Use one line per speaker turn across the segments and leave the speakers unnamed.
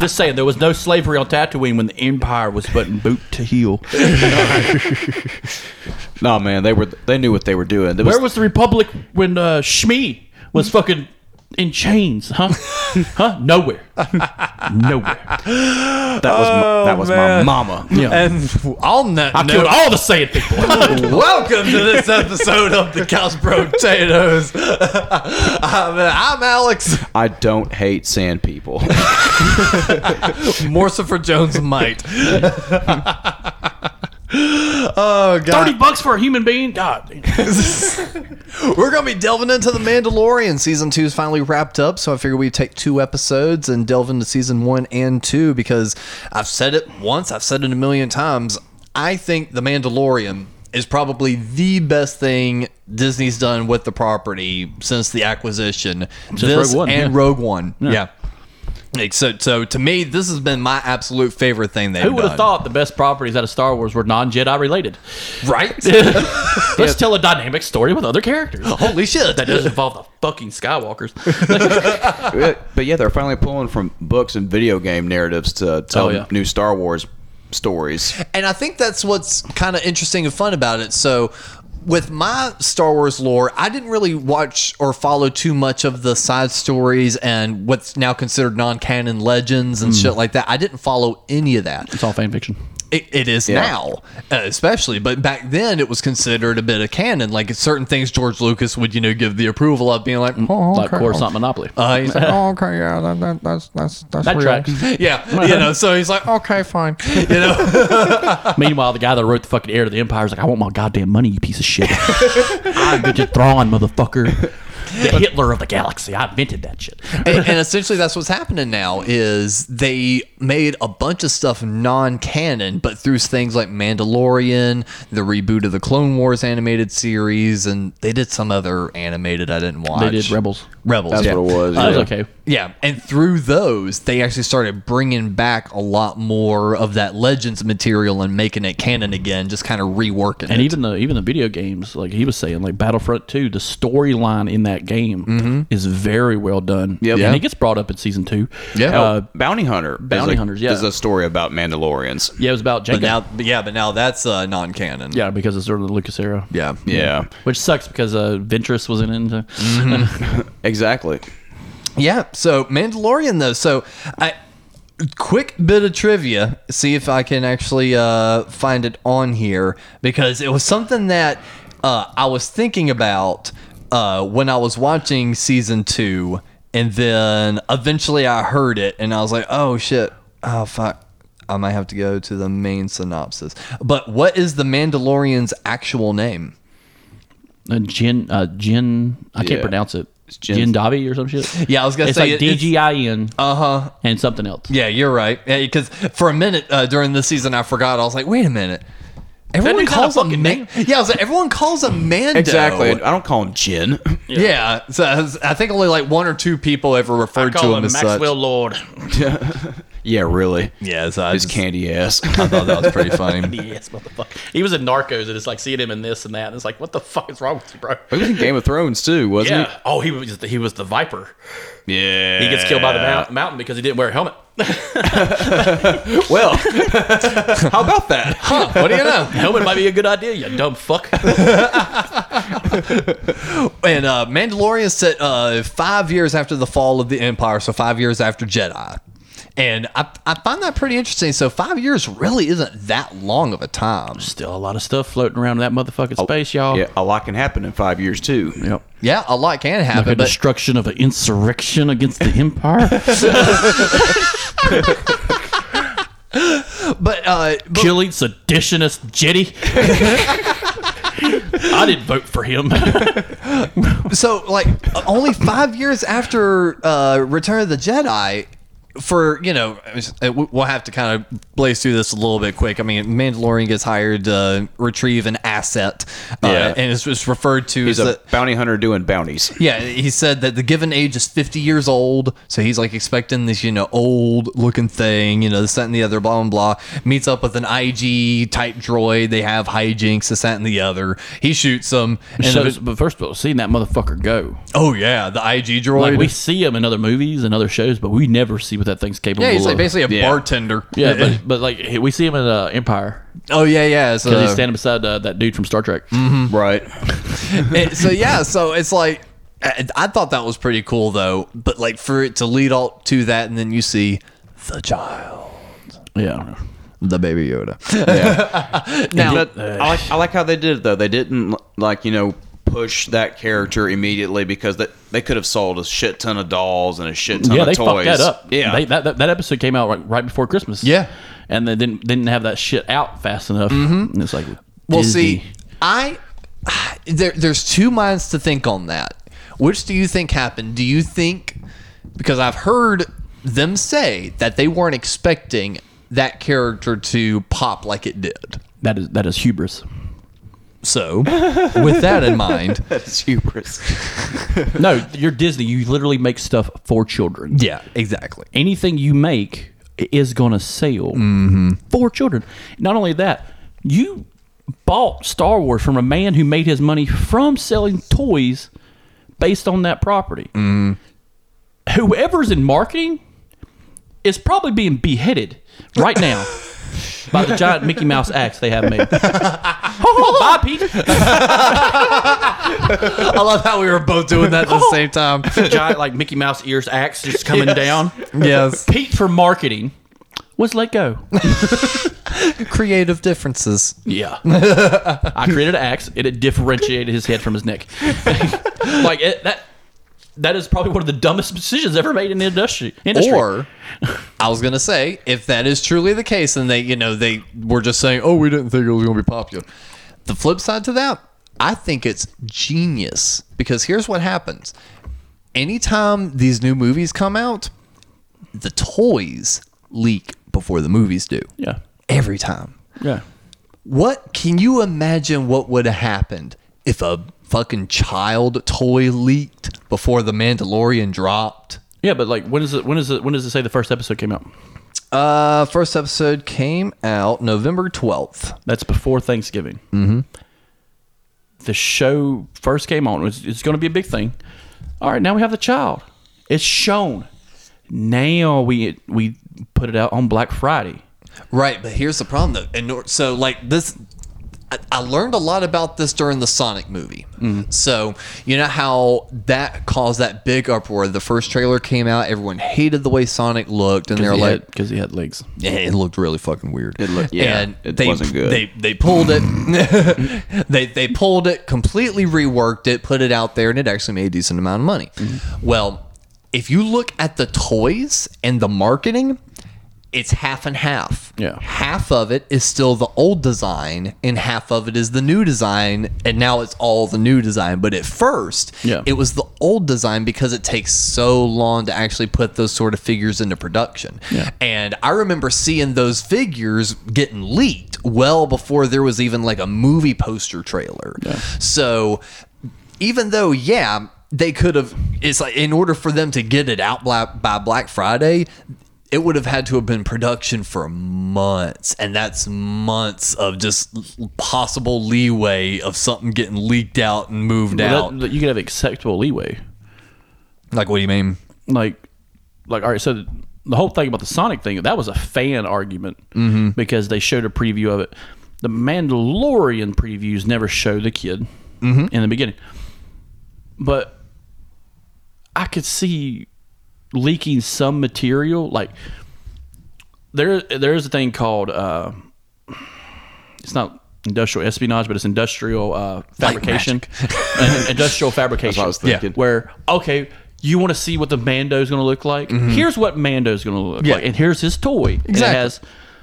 Just saying, there was no slavery on Tatooine when the Empire was but boot to heel.
No, man, they were they knew what they were doing. There was,
Where was the Republic when uh, Shmi was fucking in chains? Huh? huh? Nowhere. Nowhere.
that was
Oh,
my, that was my
man.
mama.
Yeah.
And on that
I killed
note,
all the Saiyan people.
welcome to this episode of the Couch Potatoes. I'm, I'm Alex.
I don't hate sand people.
Morsifer Jones might. oh god.
Thirty bucks for a human being? Ah, God. damn.
We're gonna be delving into the Mandalorian. Season two is finally wrapped up, so I figure we take two episodes and delve into season one and two because I've said it once, I've said it a million times. I think the Mandalorian is probably the best thing Disney's done with the property since the acquisition. this
Rogue One,
and
yeah.
Rogue One. Yeah. Like, So, so to me, this has been my absolute favorite thing they've
Who would have
done.
thought the best properties out of Star Wars were non Jedi related?
Right?
Let's tell a dynamic story with other characters.
Holy shit!
That doesn't involve the fucking Skywalkers.
Uh, but yeah, they're finally pulling from books and video game narratives to tell
Oh, yeah.
new Star Wars stories.
And I think that's what's kind of interesting and fun about it. So, with my Star Wars lore, I didn't really watch or follow too much of the side stories and what's now considered non canon legends and shit like that. I didn't follow any of that.
it's all fan fiction.
It, it is now, uh, especially, but back then it was considered a bit of canon. Like certain things George Lucas would, you know, give the approval of, being like, oh,
Like Coruscant Monopoly.
uh, he's like,
Oh, okay, yeah, that, that, that's that's that's
that
weird.
tracks.
yeah, you know. So he's like, oh,
Okay, fine.
you know.
Meanwhile, the guy that wrote the fucking heir to the empire is like, I want my goddamn money, you piece of shit. I invented Thrawn, motherfucker. The Hitler of the galaxy. I invented that shit.
and, and essentially that's what's happening now is they made a bunch of stuff non-canon but through things like mandalorian the reboot of the clone wars animated series and they did some other animated i didn't watch
They did Rebels.
rebels
That's
yeah.
what it was.
That was
yeah. Uh,
okay.
yeah and through those they actually started bringing back a lot more of that legends material and making it canon again just kind of reworking it
And even the even the video games, like he was saying, like Battlefront Two, the storyline in that game
Mm-hmm.
is very well done.
Yep.
And it gets brought up in season two.
Yeah.
Uh,
Bounty Hunter. is
Bounty
a-
Hunters, yeah.
Is a story about Mandalorians.
yeah, it was about
but
Jango.
now yeah but now that's uh, non-canon
yeah, because it's sort of the Lucas era.
yeah
Yeah.
Which sucks because uh, Ventress wasn't into.
Exactly.
Yeah. So Mandalorian though. So I quick bit of trivia. See if I can actually uh, find it on here because it was something that uh, I was thinking about uh, when I was watching season two, and then eventually I heard it, and I was like, oh shit, oh fuck. I might have to go to the main synopsis. But what is the Mandalorian's actual name?
Uh, Jin, uh, Jin, I can't
Yeah.
pronounce it.
Jin-
Jin Davi or some shit.
Yeah, I was gonna
it's
say
like
it- it's-
D G I N
Uh huh.
and something else.
Yeah, you're right. Because for a minute uh, during the season, I forgot. I was like, wait a minute. Everyone
dude's got a
calls him.
fucking
Ma-
name.
yeah, I was like, everyone calls him Mando.
Exactly. I don't call him Jin.
Yeah. So I, was- I think only like one or two people ever referred to him, as such.
Lord.
yeah, really.
Yeah. So I
His
just-
candy ass.
I thought that was pretty funny.
Yes, motherfucker. He was in Narcos, and it's like seeing him in this and that. And it's like, what the fuck is wrong with you, bro?
he was in Game of Thrones too, wasn't
Yeah. Oh, he was he was the Viper.
he? Yeah.
He gets killed by the mount, mountain because he didn't wear a helmet.
Well, how about that?
Huh, what do you know?
helmet might be a good idea, you dumb fuck.
And uh, Mandalorian set uh, five years after the fall of the Empire, so five years after Jedi. And I, I find that pretty interesting. So five years really isn't that long of a time.
Still a lot of stuff floating around in that
Oh,
motherfucking space, y'all.
Yeah, a lot can happen in five years too.
Oh. Yep.
Yeah, a lot can happen.
Like a
but
destruction of an insurrection against the empire,
but uh, but uh,
killing seditionist Jetty. I didn't vote for him.
So, like, only five years after uh, Return of the Jedi, for you know, it was- it- we'll have to kind of blaze through this a little bit quick. I mean, Mandalorian gets hired to retrieve an asset, uh,
Yeah.
and it's, it's referred to
He's
as
a
the-
bounty hunter doing bounties.
yeah, he said that the given age is 50 years old, so he's like expecting this, you know, old looking thing, you know, this, that, and the other, blah, blah, blah. Meets up with an IG type droid. They have hijinks, this, that, and the other. He shoots them. And
so,
ev-
but first of all, seeing that motherfucker go.
oh, yeah, the IG droid.
Like, we see him in other movies and other shows, but we never see what that thing's capable
yeah, he's like
of.
basically a
Yeah.
bartender.
yeah, but, but like he- we see him in uh, Empire
oh, yeah, yeah. So,
'Cause he's standing beside uh, Mm-hmm. that dude from Star Trek.
Right.
it- eh, so yeah, so it's like I, I thought that was pretty cool though, but like for it to lead all to that, and then you see the child,
Yeah, I don't know.
the baby Yoda.
Yeah.
Now,
But I, like, I like how they did it though. They didn't like you know push that character immediately because that they could have sold a shit ton of dolls and a shit ton
yeah,
of
they
toys.
fucked that up.
Yeah.
they, that, that that episode came out right, right before Christmas.
Yeah.
and they didn't didn't have that shit out fast enough. And it's like,
Well,
Disney.
see, I there, there's two minds to think on that. Which do you think happened? Do you think because I've heard them say that they weren't expecting that character to pop like it did.
that is that is hubris.
So, with that in mind,
That's hubris.
No, you're Disney. You literally make stuff for children.
yeah, exactly.
anything you make is going to sell for children. Not only that, you bought Star Wars from a man who made his money from selling toys based on that property. Mm-hmm. Whoever's in marketing is probably being beheaded right now. By the giant Mickey Mouse axe they have made. oh, bye, Pete.
I love how we were both doing that at the same time.
Giant like Mickey Mouse ears axe just coming down.
Yes.
Pete for marketing was let go.
Creative differences.
Yeah. I created an axe and it differentiated his head from his neck. like it, that that is probably one of the dumbest decisions ever made in the industry. industry.
Or I was gonna say, if that is truly the case, and they, you know, they were just saying, "Oh, we didn't think it was gonna be popular." The flip side to that, I think it's genius because here's what happens: anytime these new movies come out, the toys leak before the movies do.
yeah.
Every time.
Yeah.
What can you imagine what would have happened if a fucking child toy leaked before the Mandalorian dropped?
Yeah, but like when is it when is it when does it say the first episode came out?
Uh, first episode came out November 12th.
That's before Thanksgiving. Mm-hmm. The show first came on. It's, it's going to be a big thing. All right, now we have the child. It's shown. Now we we put it out on Black Friday.
Right, but here's the problem though. And nor- so like this I, I learned a lot about this during the Sonic movie. So, you know how that caused that big uproar. The first trailer came out, everyone hated the way Sonic looked and they were like
because he had legs.
Yeah, it looked really fucking weird. It
looked- yeah,
and
it
they,
wasn't good.
They they pulled it. they they pulled it, completely reworked it, put it out there, and it actually made a decent amount of money.
Mm-hmm.
Well, if you look at the toys and the marketing, it's half and half.
Yeah.
half of it is still the old design, and half of it is the new design, and now it's all the new design. But at first,
Yeah.
it was the old design because it takes so long to actually put those sort of figures into production.
Yeah.
And I remember seeing those figures getting leaked well before there was even like a movie poster trailer. So even though, yeah, they could have, it's like in order for them to get it out by, by Black Friday, it would have had to have been production for months. And that's months of just possible leeway of something getting leaked out and moved
Well,
out.
that- that you could have acceptable leeway.
Like, what do you mean?
Like, like all right. So the, the whole thing about the Sonic thing that was a fan argument mm-hmm. because they showed a preview of it. The Mandalorian previews never show the kid
Mm-hmm.
in the beginning, but I could see leaking some material. Like there, there is a thing called uh, it's not industrial espionage, but it's industrial uh, fabrication, And- industrial fabrication.
what I was thinking.
Where okay, you want to see what the Mando's going to look like? Here's what Mando's going to look like, and here's his toy. And it
Mm-hmm. Exactly.
has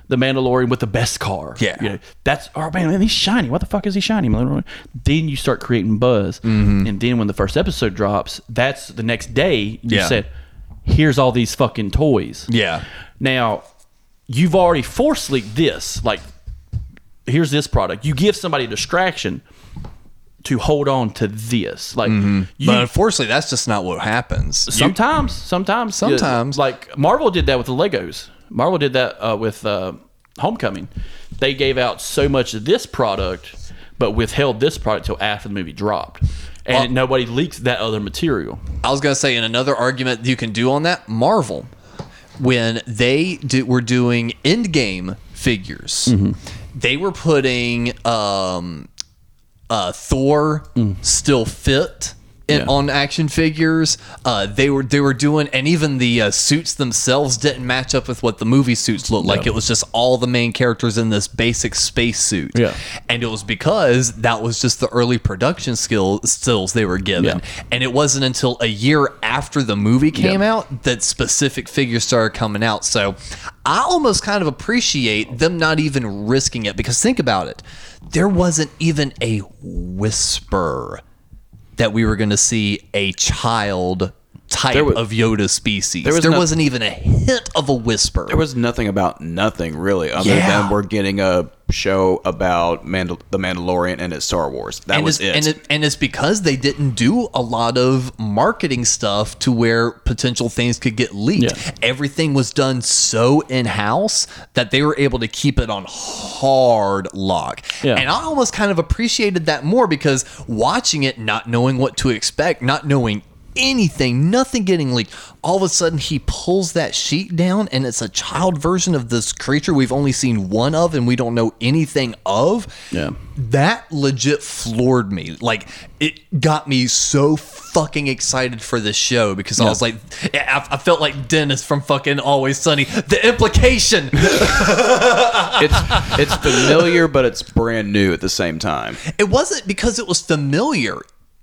the Mandalorian with the best car.
Yeah.
You know, that's oh man, man, he's shiny. What the fuck is he shiny? Mandalorian? Then you start creating buzz,
Mm-hmm.
and then when the first episode drops, that's the next day. You
Yeah.
said, "Here's all these fucking toys."
Yeah.
Now, you've already force leaked this. Like, here's this product. You give somebody a distraction to hold on to this. Like,
Mm-hmm.
you,
but unfortunately, that's just not what happens. You-
sometimes, sometimes, yeah,
Sometimes.
like Marvel did that with the Legos. Marvel did that uh, with uh, Homecoming. They gave out so much of this product, but withheld this product till after the movie dropped, and
Well-
nobody leaked that other material.
I was gonna say in another argument you can do on that Marvel when they do, were doing Endgame figures,
Mm-hmm.
they were putting um, uh, Thor still fit. In,
Mm. Yeah.
On action figures, uh, they were they were doing, and even the uh, suits themselves didn't match up with what the movie suits looked like. It was just all the main characters in this basic space suit,
Yeah.
and it was because that was just the early production skill stills they were given.
Yeah.
And it wasn't until a year after the movie came
Yeah.
out that specific figures started coming out. So I almost kind of appreciate them not even risking it because think about it. There wasn't even a whisper that we were going to see a child type
was-
of Yoda species. There,
was
was
no-
not even a hint of a whisper.
There was nothing about nothing really, other
Yeah.
than we're getting a show about Mandal- the Mandalorian and it's Star Wars. That
and
was
it's,
it.
And, it, and it's because they didn't do a lot of marketing stuff to where potential things could get leaked.
Yeah.
Everything was done so in house that they were able to keep it on hard lock.
Yeah.
And I almost kind of appreciated that more because watching it, not knowing what to expect, not knowing anything, nothing getting leaked. All of a sudden, he pulls that sheet down, and it's a child version of this creature we've only seen one of, and we don't know anything of
Yeah.
that legit floored me. Like it got me so fucking excited for this show because I was like, I, I felt like Dennis from fucking Always Sunny. The implication,
it's it's familiar, but it's brand new at the same time.
it wasn't because it was familiar.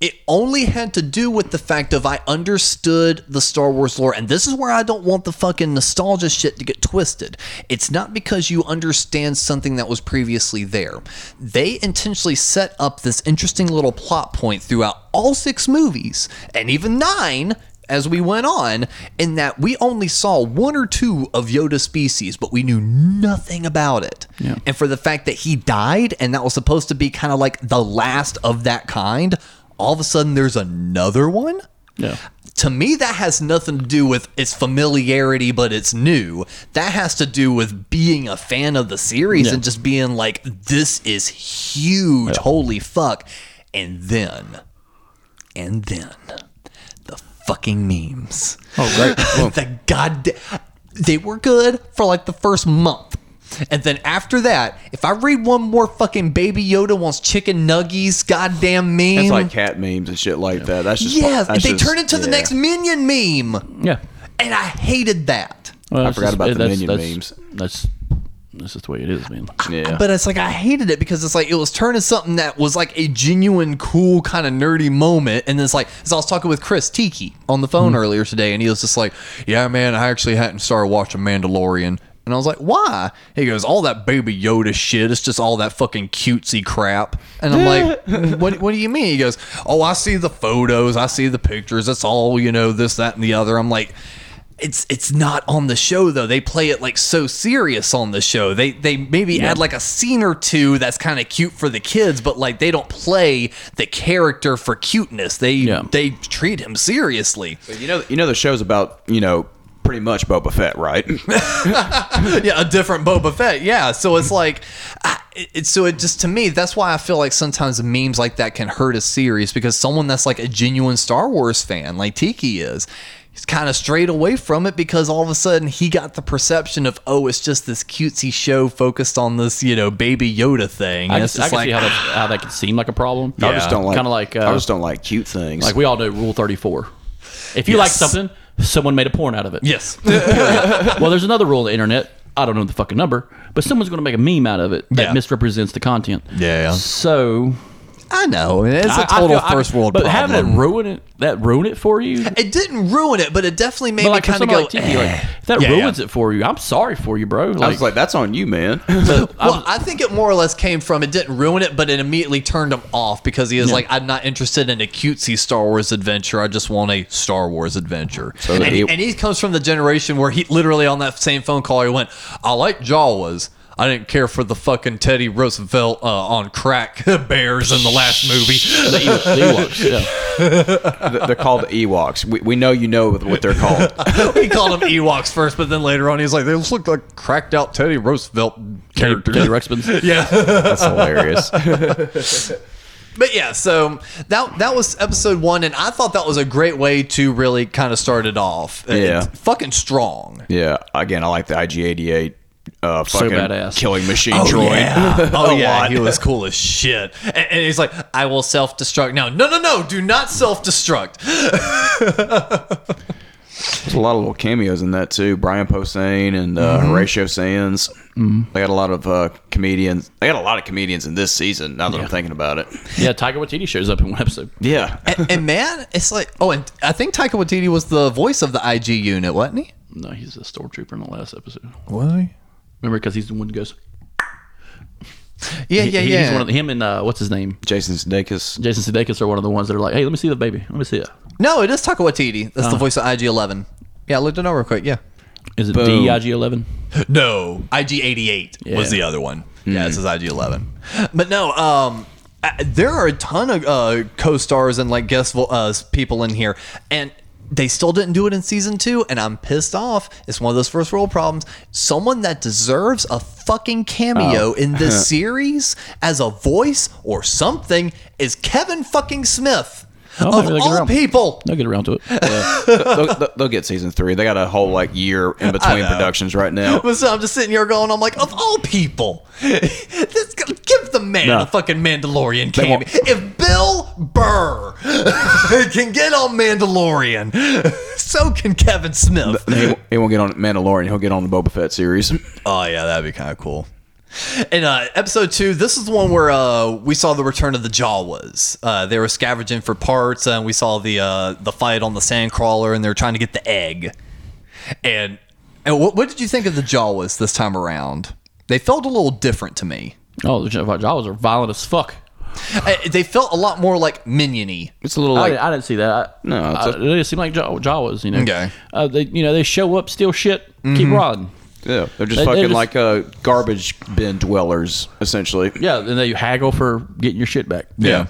It only had to do with the fact of I understood the Star Wars lore, and this is where I don't want the fucking nostalgia shit to get twisted. It's not because you understand something that was previously there. They intentionally set up this interesting little plot point throughout all six movies, and even nine as we went on, in that we only saw one or two of Yoda species, but we knew nothing about it. And for the fact that he died and that was supposed to be kind of like the last of that kind, all of a sudden there's another one?
Yeah.
To me, that has nothing to do with its familiarity, but it's new. That has to do with being a fan of the series and just being like, this is huge. Holy fuck. And then, and then the fucking memes. Oh, great. the goddamn. They were good for like the first month. And then after that, if I read one more fucking Baby Yoda wants chicken nuggies, goddamn meme.
It's like cat memes and shit like that. That's just
yes,
that's
they
just-
turn into the
yeah.
next Minion meme.
Yeah.
And I hated that.
Well,
I
it's
forgot about the
that's-
Minion
that's-
memes.
That's that's just the way it is, man.
Yeah.
But it's like I hated it because it's like it was turning something that was like a genuine, cool, kind of nerdy moment, and it's like as I was talking with Chris Tiki on the phone earlier today, and he was just like, "Yeah, man, I actually hadn't started watching Mandalorian." And I was like, why? He goes, all that baby Yoda shit. It's just all that fucking cutesy crap. And I'm like, what, what do you mean? He goes, oh, I see the photos. I see the pictures. It's all, you know, this, that, and the other. I'm like, it's it's not on the show though. They play it like so serious on the show. They they maybe add like a scene or two that's kind of cute for the kids, but like they don't play the character for cuteness. They
Yeah.
they treat him seriously.
you know you know the show's about you know pretty much Boba Fett, right?
yeah, a different Boba Fett. Yeah, so it's like, I, it, so it just to me that's why I feel like sometimes memes like that can hurt a series because someone that's like a genuine Star Wars fan, like Tiki is, he's kind of strayed away from it because all of a sudden he got the perception of oh, it's just this cutesy show focused on this you know baby Yoda thing.
I
And
can,
it's
I
just
can see how
like
that how that could seem like a problem.
I just don't like
kind of like uh,
I just don't like cute things.
Like we all know Rule Thirty Four. If you like something, someone made a porn out of it.
yes,
well, there's another rule on the internet. I don't know the fucking number, but someone's going to make a meme out of it that
Yeah.
misrepresents the content.
Yeah.
So
I know, and it's a
I- I
total
feel- I-
first world
but
problem.
having it ruin it that ruin it for you.
it didn't ruin it, but it definitely made
But
me
like for
kind of
someone
go.
like Tiki, like
"Eh."
if that
Yeah,
ruins
yeah.
it for you, I'm sorry for you, bro. Like,
I was like, that's on you, man.
well, I think it more or less came from it didn't ruin it, but it immediately turned him off because he was like, "I'm not interested in a cutesy Star Wars adventure. I just want a Star Wars adventure." and,
E-
he-
and he comes from the generation where he literally on that same phone call he went, "I like Jawas." I didn't care for the fucking Teddy Roosevelt uh, on crack bears in the last movie.
the Ewoks, the Ewoks, yeah.
they're called the Ewoks. We, we know you know what they're called.
he called them Ewoks first, but then later on he's like, "They just look like cracked out Teddy Roosevelt
Teddy,
characters."
Teddy Ruxpin.
That's hilarious.
But yeah, so that that was episode one, and I thought that was a great way to really kind of start it off. Uh,
Yeah.
It's fucking strong.
Yeah. Again, I like the IG88 uh, fucking
badass.
killing machine droid.
oh
A
yeah,
lot.
he was cool as shit. And, and he's like, "I will self destruct." No, no, no, no, do not self destruct.
There's a lot of little cameos in that too. Brian Posehn and uh, Horatio Sands. They got a lot of uh, comedians. They got a lot of comedians in this season. Now that I'm thinking about it.
Yeah, Tiger Waititi shows up in one episode.
Yeah.
and, and man, it's like, oh, and I think Taika Waititi was the voice of the IG unit, wasn't he?
No, he's a stormtrooper in the last episode.
Why?
Remember, because he's the one who goes.
Yeah, yeah,
he-
yeah.
He's one of the, him and uh, what's his name,
Jason Sudeikis.
Jason Sudeikis are one of the ones that are like, hey, let me see the baby, let me see it.
no, it is Taika Waititi.
Uh-huh.
That's the voice of IG Eleven. Yeah, I looked it up real quick. Yeah.
Is it
Boom.
DIG eleven?
No, IG eighty eight was
Yeah. Hmm.
the other one. Yeah, this is IG eleven. But no, um, I, there are a ton of uh, co-stars and like guest vo- uh, people in here, and they still didn't do it in season two, and I'm pissed off. It's one of those first world problems. Someone that deserves a fucking cameo
Oh.
in this series as a voice or something is Kevin fucking Smith.
Oh, maybe
of
they'll get
all
around.
people,
They'll get around to it.
they'll, they'll- they'll get season three. They got a whole like year in between
know.
productions right now.
But so I'm just sitting here going, I'm like, of all people, this, give the man
No.
a fucking Mandalorian cameo.
won't.
If Bill Burr can get on Mandalorian, so can Kevin Smith.
He, won't- he won't get on Mandalorian. He'll get on the Boba Fett series.
Oh yeah, that'd be kind of cool. And uh, episode two, this is the one where uh, we saw the return of the Jawas. Uh, they were scavenging for parts, and we saw the uh, the fight on the sandcrawler, and they were trying to get the egg. And and what, what did you think of the Jawas this time around? They felt a little different to me.
Oh, the Jawas Jawas are violent as fuck.
Uh, they felt a lot more like miniony.
It's a little
I
like
didn't, I didn't see that. I,
No, it's
I,
a-
it didn't seem like Jaw- Jawas. You know,
Okay.
Uh, they you know they show up, steal shit, keep
Mm-hmm.
riding.
yeah, they're just
They- they're
fucking
just-
like uh, garbage bin dwellers essentially.
Yeah, and they haggle for getting your shit back.
Yeah.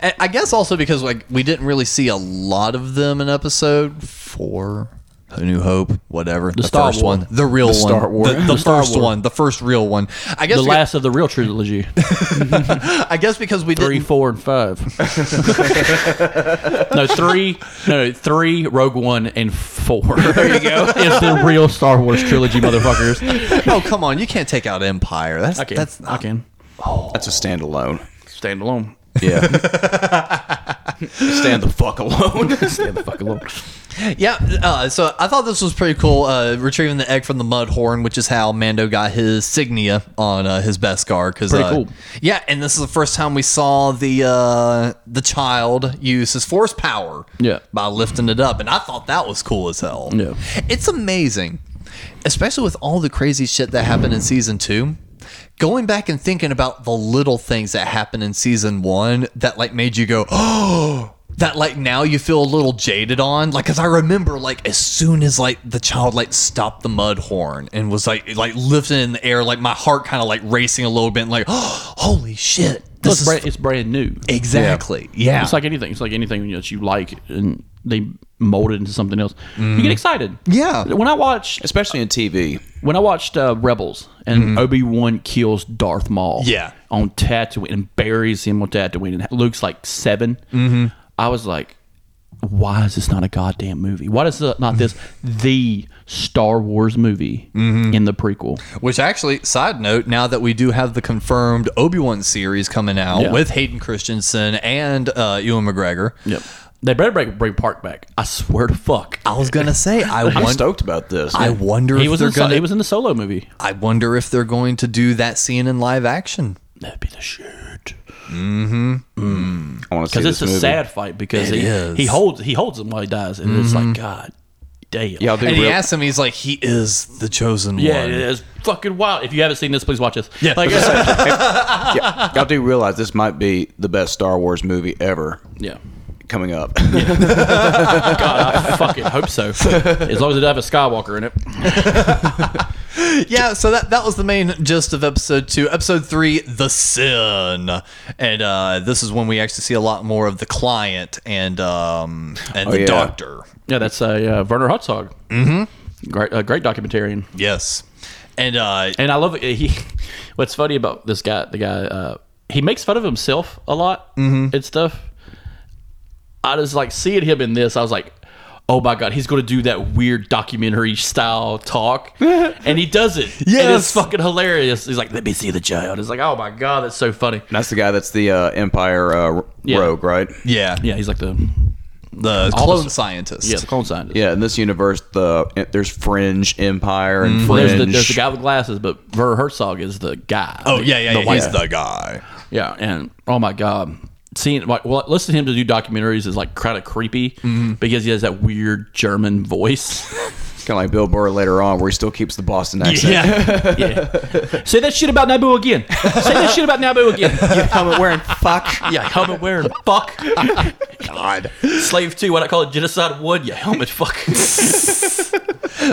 And I guess also because like we didn't really see a lot of them in episode four, A New Hope, whatever the,
Star
first
War.
one, the real one,
Star War.
the, the first one, the first real one. I guess
The
we-
last of the real trilogy,
I guess because we
three,
didn't.
four, and five. no, three, no, three, Rogue One, and four. There you go. it's the real Star Wars trilogy, motherfuckers.
Oh come on, you can't take out Empire. That's
I can,
that's
I can
That's a standalone.
stand alone.
Yeah. Stand the fuck alone.
Stand the fuck alone.
Yeah, uh, so I thought this was pretty cool. Uh, retrieving the egg from the mud horn, which is how Mando got his signia on uh, his Beskar. Because
Pretty
uh,
cool.
Yeah, and this is the first time we saw the uh, the child use his force power.
Yeah.
by lifting it up, and I thought that was cool as hell.
Yeah.
it's amazing, especially with all the crazy shit that happened in season two. Going back and thinking about the little things that happened in season one that like made you go, oh that like now you feel a little jaded on like because i remember like as soon as like the child like stopped the mud horn and was like like lifting in the air like my heart kind of like racing a little bit and like oh, holy shit
Look,
this is
brand- it's brand new.
exactly yeah,
It's like anything. It's like anything that you like, and they mold it into something else. You get excited.
Mm-hmm. Yeah.
When I watched,
Especially in TV.
when I watched uh, Rebels, and Obi Wan kills Darth Maul.
Mm-hmm. Yeah.
On Tatooine and buries him on Tatooine, and Luke's like 7 Mm-hmm. I was like, why is this not a goddamn movie? Why is it not this the Star Wars movie
Mm-hmm.
in the prequel?
which actually side note now that we do have the confirmed obi-wan series coming out
Yeah.
with hayden christensen and uh ewan mcgregor
Yep. They better bring, bring Park back. I swear to fuck.
i was gonna say i
I'm
wonder
stoked about this.
i wonder
He
if
was,
they're
in, so-
gonna
he was in the solo movie.
i wonder if they're going to do that scene in live action
That'd be the shit.
I want to see
because
this
it's a
movie.
sad fight because he,
is.
he holds he holds him while he dies, and it's like God damn.
Yeah, I'll do
And he
real-
asks him, he's like, he is the chosen
yeah,
one.
it is fucking wild. If you haven't seen this, please watch this. Yeah, like,
yeah, y'all do realize this might be the best Star Wars movie ever
yeah.
coming up.
God, I fucking hope so. As long as it doesn't have a Skywalker in it.
Yeah, so that, that was the main gist of episode two. Episode three, The Sin. And uh, this is when we actually see a lot more of the client and um, and
Oh,
the
yeah.
doctor.
Yeah, that's a uh, Werner Herzog. Mm-hmm. Great, uh, great documentarian.
Yes. And uh,
And I love it. He, what's funny about this guy, the guy, uh, he makes fun of himself a lot
Mm-hmm.
and stuff. I just like seeing him in this. I was like, oh my god, he's going to do that weird documentary style talk, and he does it. and it's
Yes.
fucking hilarious. He's like, let me see the child. It's like, oh my god, that's so funny.
that's the guy that's the uh, Empire uh,
Yeah.
rogue, right?
yeah,
Yeah, he's like the
the clone
the-
scientist.
yeah the clone scientist.
Yeah, in this universe, the there's Fringe Empire and
Well,
Fringe.
there's the, there's the guy with glasses, but Ver Herzog is the guy.
Oh,
The-
yeah, yeah,
the
yeah.
white
he's the guy.
Yeah, and oh my god, seeing like well, listening to him to do documentaries is like kind of creepy
Mm-hmm.
because he has that weird German voice.
kind of like Bill Burr later on, where he still keeps the Boston accent.
yeah, yeah. Say that shit about Naboo again. Say that shit about Naboo again.
Yeah, helmet wearing fuck.
Yeah, helmet wearing fuck. God, slave two. What I call it, genocide one. Yeah, helmet fuck. Say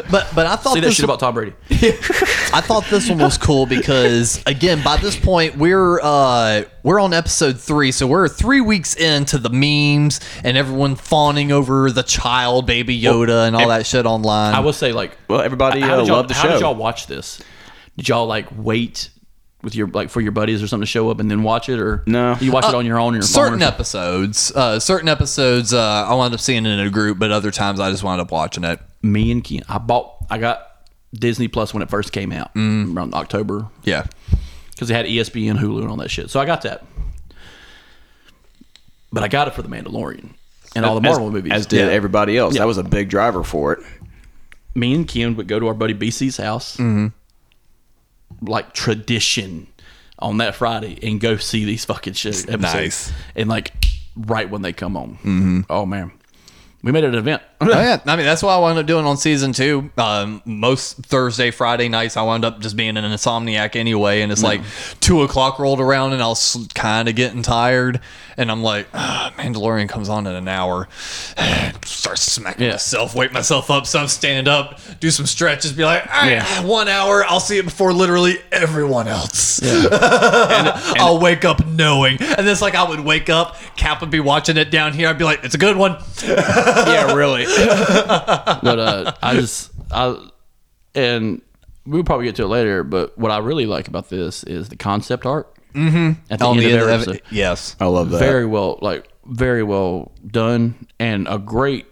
But but I thought
that
this
shit about Tom Brady.
I thought this one was cool because again, by this point we're uh we're on episode three, so we're three weeks into the memes and everyone fawning over the child baby Yoda and all that shit online.
I will say like,
Well, everybody
how
uh,
did y'all,
loved the
how
show.
did y'all watch this? Did y'all like wait? With your like for your buddies or something to show up and then watch it or
No. Uh,
you watch it on your own or your phone or
certain
something?
episodes, uh, certain episodes, uh, I wound up seeing it in a group, but other times I just wound up watching it.
me and Ken, I bought, I got Disney Plus when it first came out
Mm.
around October
Yeah,
because they had E ESPN, Hulu, and all that shit. So I got that, but I got it for the Mandalorian and all the Marvel movies.
as did
Yeah.
everybody else. That was a big driver for it.
me and Ken would go to our buddy BC's house,
Mm-hmm.
like tradition, on that Friday and go see these fucking shit episodes.
Nice.
and like right when they come on.
Mm-hmm.
Oh man, we made it an event.
oh, yeah. I mean, that's what I wound up doing on season two. Um, most Thursday, Friday nights, I wound up just being an insomniac anyway. And it's like two o'clock rolled around and I was kind of getting tired. And I'm like, "Ah, Mandalorian comes on in an hour. Start smacking myself, wake myself up. So I stand up, do some stretches, be like, all right, one hour, I'll see it before literally everyone else. I'll wake up knowing. And it's like I would wake up, Cap would be watching it down here. I'd be like, it's a good one.
Yeah, really.
but uh, I just I and we'll probably get to it later. But what I really like about this is the concept art mm-hmm. at the
on
end
the
of every
end of
episode.
it. Yes.
I love that.
Very well, like very well done, and a great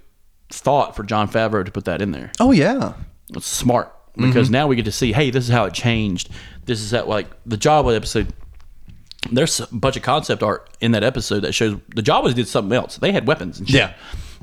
thought for John Favreau to put that in there.
Oh yeah.
It's smart because
Mm-hmm.
now we get to see, hey, this is how it changed. This is that like the Jawa episode. There's a bunch of concept art in that episode that shows the Jawas did something else. They had weapons and shit.
Yeah.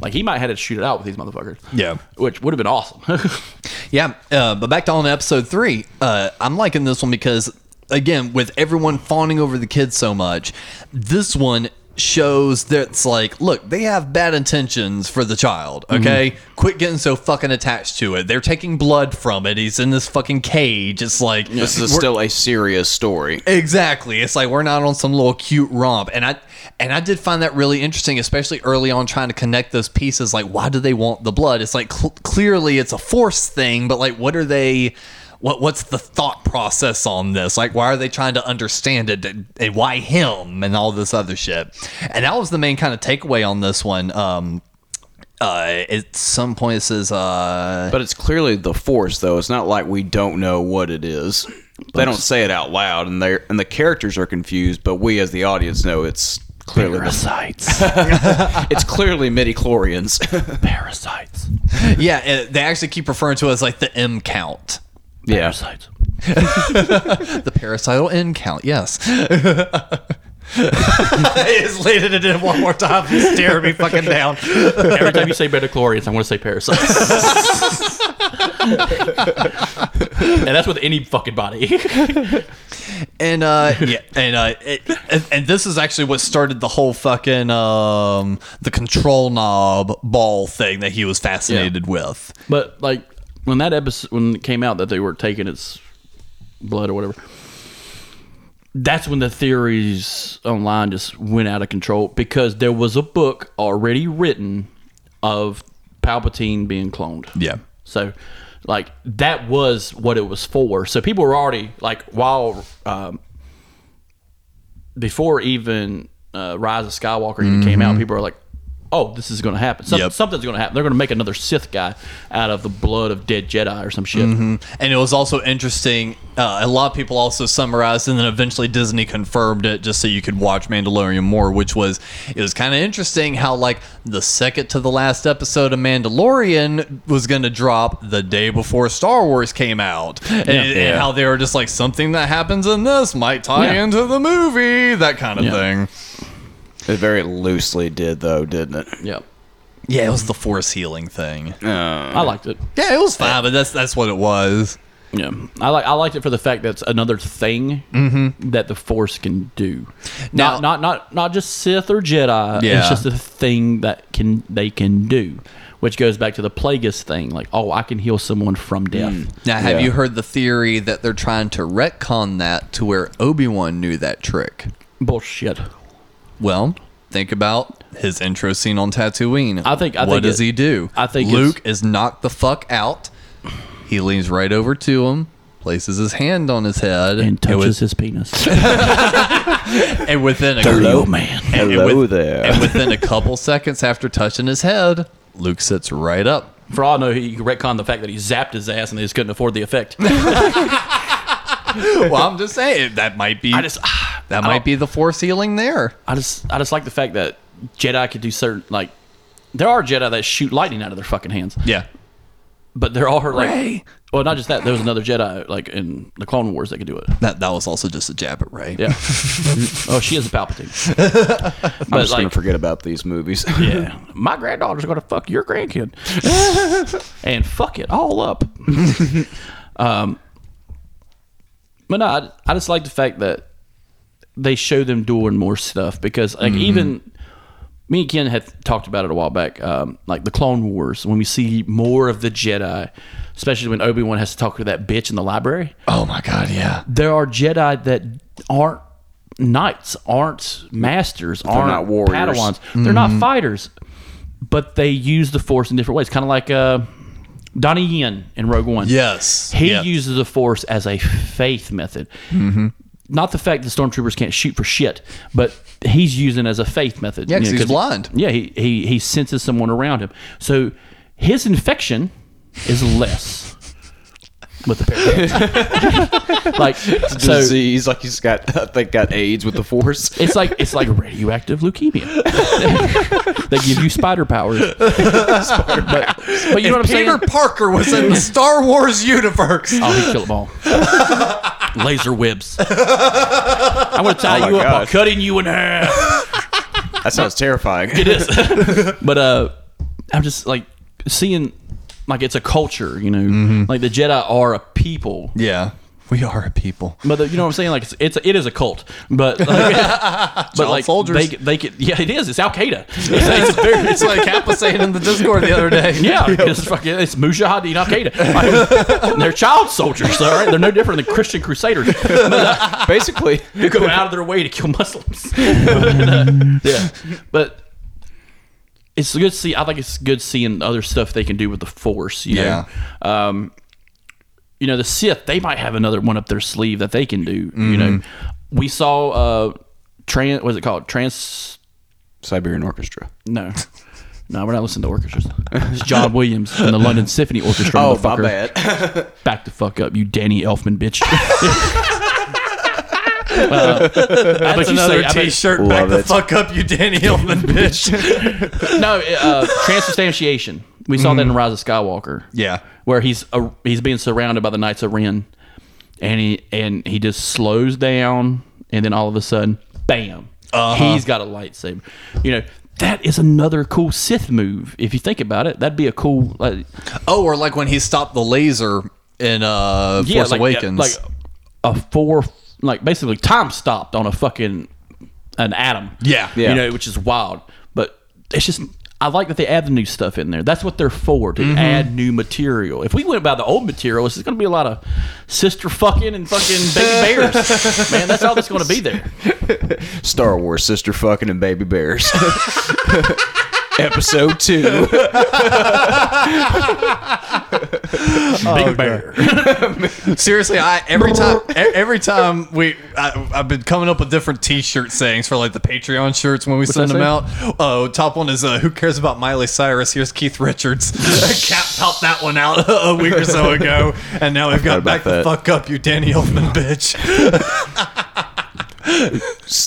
Like he might have had to shoot it out with these motherfuckers.
Yeah.
Which would have been awesome.
Yeah. Uh, but back to on episode three, uh, I'm liking this one because again, with everyone fawning over the kids so much, this one shows that's like, look, they have bad intentions for the child. Okay. Quit getting so fucking attached to it. They're taking blood from it. He's in this fucking cage. It's like
This is still a serious story.
Exactly. It's like we're not on some little cute romp. And I and I did find that really interesting, especially early on trying to connect those pieces. Like, why do they want the blood? It's like cl- clearly it's a force thing, but like, what are they? What what's the thought process on this? Like, why are they trying to understand it? And and why him? And all this other shit. And that was the main kind of takeaway on this one. Um, uh, at some point it says, uh,
But it's clearly the force, though. It's not like we don't know what it is. They don't say it out loud, and they and the characters are confused. But we, as the audience, know it's clearly the,
Parasites.
it's clearly midi chlorians.
Parasites.
yeah, it, they actually keep referring to it as like the M count.
yeah,
Parasites.
The parasitical end count, yes. It's laid it in one more time. He's staring me fucking down.
Every time you say beta chlorians, I want to say parasites. and that's with any fucking body.
And uh, yeah, and uh, it, and, and this is actually what started the whole fucking um the control knob ball thing that he was fascinated with.
But like when that episode when it came out that they were taking its blood or whatever, that's when the theories online just went out of control because there was a book already written of Palpatine being cloned.
Yeah.
So like that was what it was for. So people were already like while um, before even uh, Rise of Skywalker even came out, people were like, "Oh, this is going to happen. Some-
Mm-hmm. Yep.
Something's going to happen. They're going to make another Sith guy out of the blood of dead Jedi or some shit."
And it was also interesting. Uh, a lot of people also summarized, and then eventually Disney confirmed it just so you could watch Mandalorian more, which was it was kind of interesting how like the second to the last episode of Mandalorian was going to drop the day before Star Wars came out, and, and
Yeah.
how they were just like something that happens in this might tie
Yeah.
into the movie, that kind of
Yeah.
thing.
It very loosely did, though, didn't it?
Yeah,
Yeah, it was the Force healing thing.
I liked it.
Yeah, it was fine, but that's that's what it was.
Yeah, I like I liked it for the fact that's another thing that the Force can do.
Mm-hmm.
not
Now-
not not not just Sith or Jedi.
Yeah.
It's just a thing that can they can do, which goes back to the Plagueis thing. Like, oh, I can heal someone from death.
Now, have
Yeah.
you heard the theory that they're trying to retcon that to where Obi Wan knew that trick?
Bullshit.
Well, think about his intro scene on Tatooine.
I think- I
what
think
does
it-
he do?
I think
Luke is knocked the fuck out. He leans right over to him, places his hand on his head,
and touches
with-
his penis. Oh,
and within a
man.
and
Hello
with-
there.
and within a couple seconds after touching his head, Luke sits right up.
For all I know, he retconned the fact that he zapped his ass and they just couldn't afford the effect.
Well, I'm just saying that might be
I just, ah,
that
I
might
don't-
be the force healing there.
I just, I just like the fact that Jedi could do certain like. There are Jedi that shoot lightning out of their fucking hands,
Yeah.
but there are like,
Ray.
well, not just that. There was another Jedi like in the Clone Wars that could do it.
That that was also just a jab at Ray.
Yeah. oh, she is a Palpatine. but
I'm just gonna
like,
forget about these movies.
yeah, my granddaughter's gonna fuck your grandkid, and fuck it all up. um, but no, I, I just like the fact that they show them doing more stuff because like even me and Ken had talked about it a while back, um, like the Clone Wars when we see more of the Jedi, especially when Obi Wan has to talk to that bitch in the library
Oh my god, yeah.
there are Jedi that aren't knights, aren't masters, aren't
not warriors.
Padawans. They're not fighters, but they use the Force in different ways. Kind of like uh, Donnie Yen in Rogue One.
Yes.
he
Yeah.
uses the Force as a faith method.
Mm-hmm.
Not the fact that stormtroopers can't shoot for shit, but he's using it as a faith method.
Yeah, 'cause
You know,
he's blind.
yeah, he, he he senses someone around him, so his infection is less. With the parallel. like so,
Disease, like he's got, they got AIDS with the Force.
It's like it's like radioactive leukemia. they give you spider powers. but, but you know what I'm
Peter
saying?
Parker was in the Star Wars universe.
Oh, he'd kill them all. Laser webs. I'm gonna tie
my
you up by
gosh.
cutting you in half.
That sounds terrifying.
But uh, I'm just like seeing like it's a culture, you know. Like the Jedi are a people.
Yeah. We are a people.
But the, you know what I'm saying? Like it's, it's it is a cult, but like, but like
soldiers.
they they could yeah it is it's Al Qaeda. It's, it's very,
It's like Cap was saying in the Discord the other day.
Yeah, it's fucking it's Mujahideen Al Qaeda. Like, they're child soldiers, all right? They're no different than Christian crusaders who
Basically,
go out of their way to kill Muslims. But, uh, yeah, but it's good to see. I think it's good seeing other stuff they can do with the Force. You
Yeah.
know? um, you know the Sith they might have another one up their sleeve that they can do. You know,
Mm-hmm.
we saw uh, trans. What's it called? Trans.
Siberian Orchestra.
No. No, we're not listening to orchestras. It's John Williams and the London Symphony Orchestra.
Oh, my
motherfucker.
bad.
Back the fuck up, you Danny Elfman bitch. Uh, I bet you say, I bet-
T-shirt.
Love
Back the
it.
fuck up, you Danny Elfman bitch.
no, uh, transubstantiation. We saw that in Rise of Skywalker.
Yeah.
where he's uh, he's being surrounded by the Knights of Ren, and he and he just slows down, and then all of a sudden, bam, he's got a lightsaber. You know, that is another cool Sith move. If you think about it, that'd be a cool. Like,
Oh, or like when he stopped the laser in uh,
yeah,
Force
like,
Awakens.
like a four, like basically time stopped on a fucking an atom.
Yeah.
Yeah.
you know, which is wild. But it's just I like that they add the new stuff in there. That's what they're for to
Mm-hmm.
add new material. If we went by the old material, it's going to be a lot of sister fucking and fucking baby bears. Man, that's all that's going to be there.
Star Wars sister fucking and baby bears. Episode two.
Big bear.
Seriously, I every time e- every time we I, I've been coming up with different T-shirt sayings for like the Patreon shirts when we send
that
them out. Oh, top one is uh, "Who cares about Miley Cyrus?" Here's Keith Richards. Cap popped that one out a week or so ago, and now we've got
about
back
that.
the fuck up, you Danny Elfman bitch.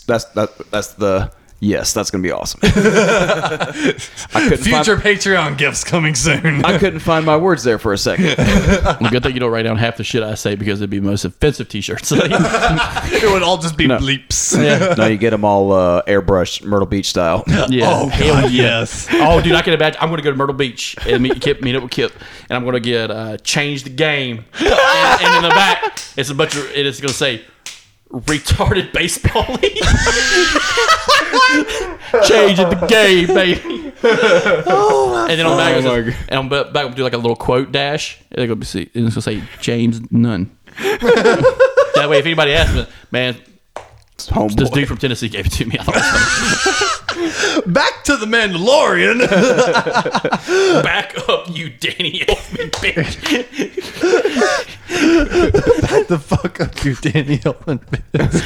That's that, that's the yes. That's gonna be awesome. I couldn't
Future
find,
Patreon gifts coming soon.
I couldn't find my words there for a second.
Well, good thing you don't write down half the shit I say because it'd be the most offensive T-shirts.
it would all just be bleeps.
now you get them all uh, airbrushed Myrtle Beach style.
yeah.
Oh
Hell
God,
yeah.
yes.
Oh, dude, I can imagine. I'm going to go to Myrtle Beach and meet Kip, meet up with Kip, and I'm going to get uh, change the game. And, and in the back, it's a bunch of, and it's going to say retarded baseball league. Changing the game, baby. and then on back, it says- and on ba- back, we'll do like a little quote dash. And they're going to be, and it's going to say James Nunn. that way, if anybody asks me, man, this
Homeboy.
dude from Tennessee gave it to me. I thought it was funny.
Back to the Mandalorian.
Back up, you Danny Elfman bitch.
the fuck up, you Danny Elfman bitch.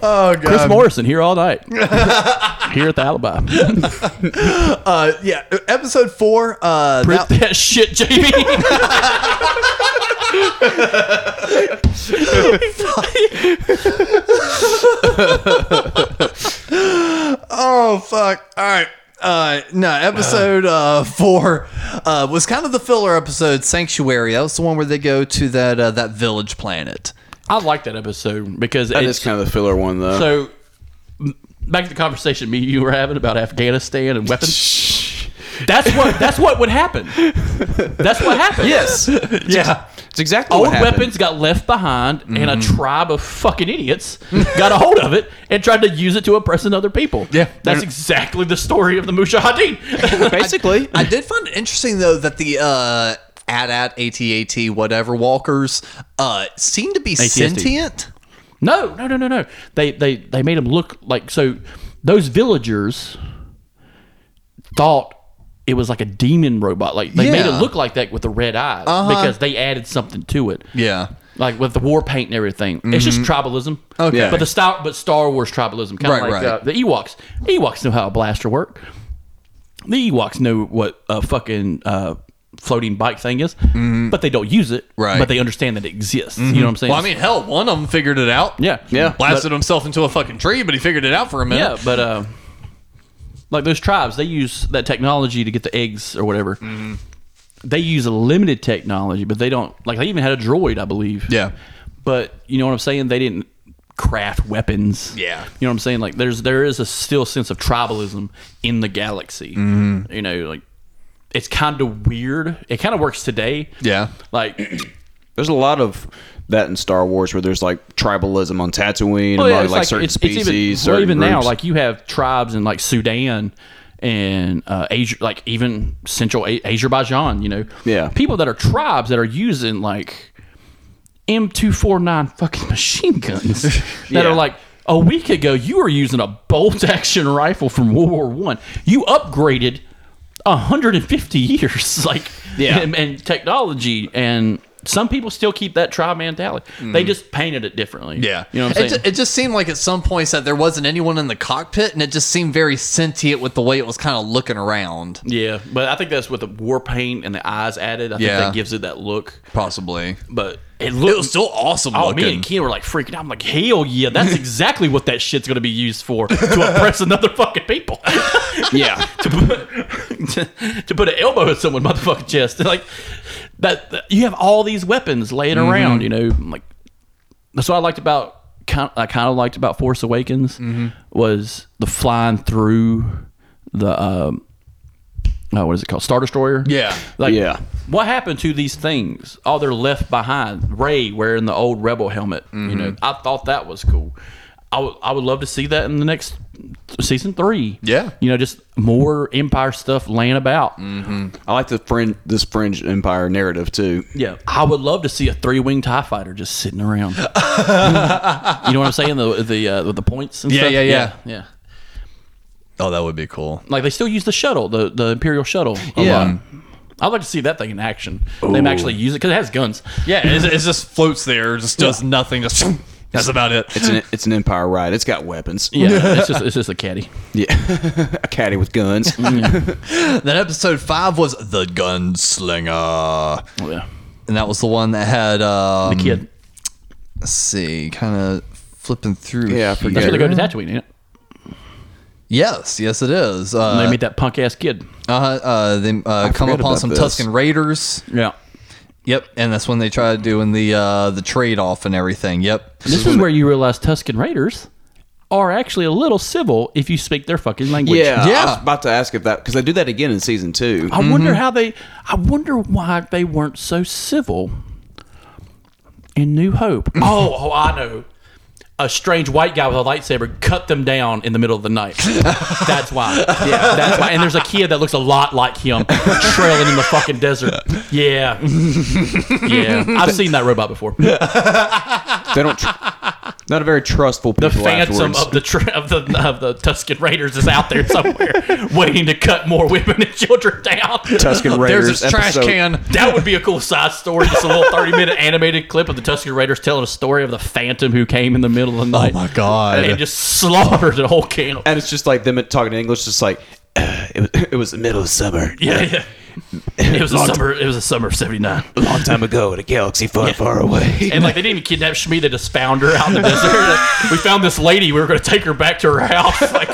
oh god.
Chris Morrison here all night. here at the alibi.
Uh, yeah, episode four. Uh,
Rip
that-
that shit, Jamie.
oh fuck! All right. Uh, no, episode uh, four uh, was kind of the filler episode, Sanctuary. That was the one where they go to that uh, that village planet.
I like that episode because
Oh, That
it's
is kind of the filler one though.
so m- back to the conversation me and you were having about Afghanistan and weapons. That's what that's what would happen. That's what happened.
yes,
Yeah,
it's exactly
Old
what happened.
weapons got left behind, and a tribe of fucking idiots got a hold of it and tried to use it to oppress other people.
Yeah.
that's exactly the story of the Mujahideen.
Basically,
I did find it interesting though that the uh, AT-AT, AT-AT, whatever walkers uh, seem to be sentient.
No, no, no, no, no. They they they made him look like so. Those villagers thought it was like a demon robot. Like they made
Yeah. Uh-huh.
it look like that with the red eyes because they added something to it.
Yeah. Mm-hmm.
Like with the war paint and everything, it's just tribalism.
Okay.
Yeah.
but the Star but Star Wars tribalism, kind of
Right,
like
right.
Uh, the Ewoks. Ewoks know how a blaster work. The Ewoks know what a fucking uh, floating bike thing is, but they don't use it.
Mm-hmm. Right.
but they understand that it exists. You know what I'm saying?
Well, I mean, hell, one of them figured it out.
yeah,
yeah.
blasted himself into a fucking tree, but he figured it out for a minute.
Yeah, but uh, like those tribes, they use that technology to get the eggs or whatever.
Mm-hmm.
They use a limited technology, but they don't like. They even had a droid, I believe.
Yeah.
but you know what I'm saying? They didn't craft weapons.
Yeah.
you know what I'm saying? Like there's there is a still sense of tribalism in the galaxy.
Mm-hmm.
You know, like it's kind of weird. It kind of works today.
Yeah.
Like
There's a lot of that in Star Wars where there's like tribalism on Tatooine
Well,
among
Oh, yeah,
like,
it's
certain species,
even, well,
certain
even now,
groups.
like you have tribes in like Sudan and uh, Asia, like even Central a- Azerbaijan. You know,
Yeah.
people that are tribes that are using like M two four nine fucking machine guns that
Yeah.
are like. A week ago, you were using a bolt-action rifle from World War One. You upgraded 150 years, like
Yeah.
and, and technology, and some people still keep that tribe mentality. They
Mm.
just painted it differently.
Yeah,
you know what I'm saying.
It, ju- it just seemed like at some points that there wasn't anyone in the cockpit, and it just seemed very sentient with the way it was kind of looking around.
Yeah, but I think that's with the war paint and the eyes added. I think
Yeah.
that gives it that look.
Possibly,
But it looks
it was still awesome
Oh,
looking.
me and Ken were like freaking out. I'm like, hell yeah, that's exactly what that shit's gonna be used for to oppress another fucking people.
yeah,
to, put, to, put an elbow in someone motherfucking chest. Like that, that- you have all these weapons laying around, you know. Like that's what I liked about kind I kind of liked about Force Awakens was the flying through the um, oh, what is it called? Star Destroyer.
Yeah.
Like,
Yeah.
What happened to these things? Oh, they're left behind. Ray wearing the old Rebel helmet. You
Mm-hmm.
know, I thought that was cool. I would I would love to see that in the next season three.
Yeah. Mm.
You know, just more Empire stuff laying about.
I like the fringe, this fringe empire narrative too.
Yeah, I would love to see a three wing Tie fighter just sitting around. you know what I'm saying? The the uh, with the points. And
Yeah,
stuff?
yeah, yeah.
yeah.
Oh, that would be cool.
Like they still use the shuttle, the the Imperial shuttle. a
Yeah.
lot. I'd like to see that thing in action. Them actually use it because it has guns.
Yeah, it's, it just floats there, just does nothing. Just that's about it.
It's an it's an empire ride. It's got weapons.
Yeah, it's just it's just a caddy.
Yeah, a caddy with guns.
Then episode five was the gunslinger,
Oh, yeah,
and that was the one that had um,
the kid.
Let's see, kind of flipping
Yeah,
through.
I
here.
That's
forget.
where they go to Tatooine. Ain't it?
Yes, yes, it is.
And they
Uh,
meet that punk ass kid.
uh, uh, they uh, come
forgot
upon
about
some
this.
Tuscan Raiders.
Yeah.
Yep, and that's when they tried doing the uh, the trade off and everything. Yep.
This, is where you realize Tuscan Raiders are actually a little civil if you speak their fucking language.
yeah,
Yeah.
I was about to ask if that because they do that again in season two.
I wonder how they. I wonder why they weren't so civil in New Hope. oh, oh, I know. A strange white guy with a lightsaber cut them down in the middle of the night. That's why. Yeah, that's why. And there's a kid that looks a lot like him trailing in the fucking desert. Yeah, yeah. I've seen that robot before. The
They don't. Tr- not a very trustful people.
phantom
afterwards.
of the tr of the of the Tuscan Raiders is out there somewhere, waiting to cut more women and children down.
Tuscan Raiders.
There's this trash
episode.
can.
That would be a cool side story. Just a little 30 minute animated clip of the Tusken Raiders telling a story of the Phantom who came in the middle
Oh
of the night.
god.
And just slaughtered the whole camp.
and it's just like them talking in English, just like "Uh, it, was, it was the middle of summer.
Yeah, yeah. It was a summer. It was a summer of '79,
a long time ago in a galaxy far, far away.
and like they didn't even kidnap Shmi. They just found her out in the desert. Like, we found this lady. We were going to take her back to her house. Like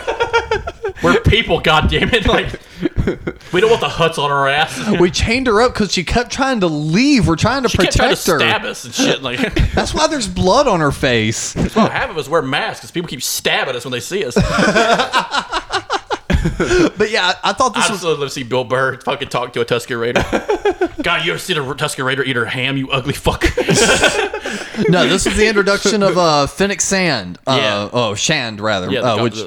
we're people, goddammit. Like we don't want the huts on our ass.
we chained her up because she kept trying to leave. We're trying to
She kept
protect
trying to
her.
stab us and shit. Like
That's why there's blood on her face.
well, half of us wear masks because people keep stabbing us when they see us.
But yeah, I, I thought this
I
was
just love to see Bill Burr fucking talk to a Tusker Raider. God, you ever seen a Tusker Raider eat her ham, you ugly fuck?
no. This is the introduction of uh, Phoenix Sand. Uh,
Yeah.
Oh, Shand rather.
Yeah, the
uh,
god-
which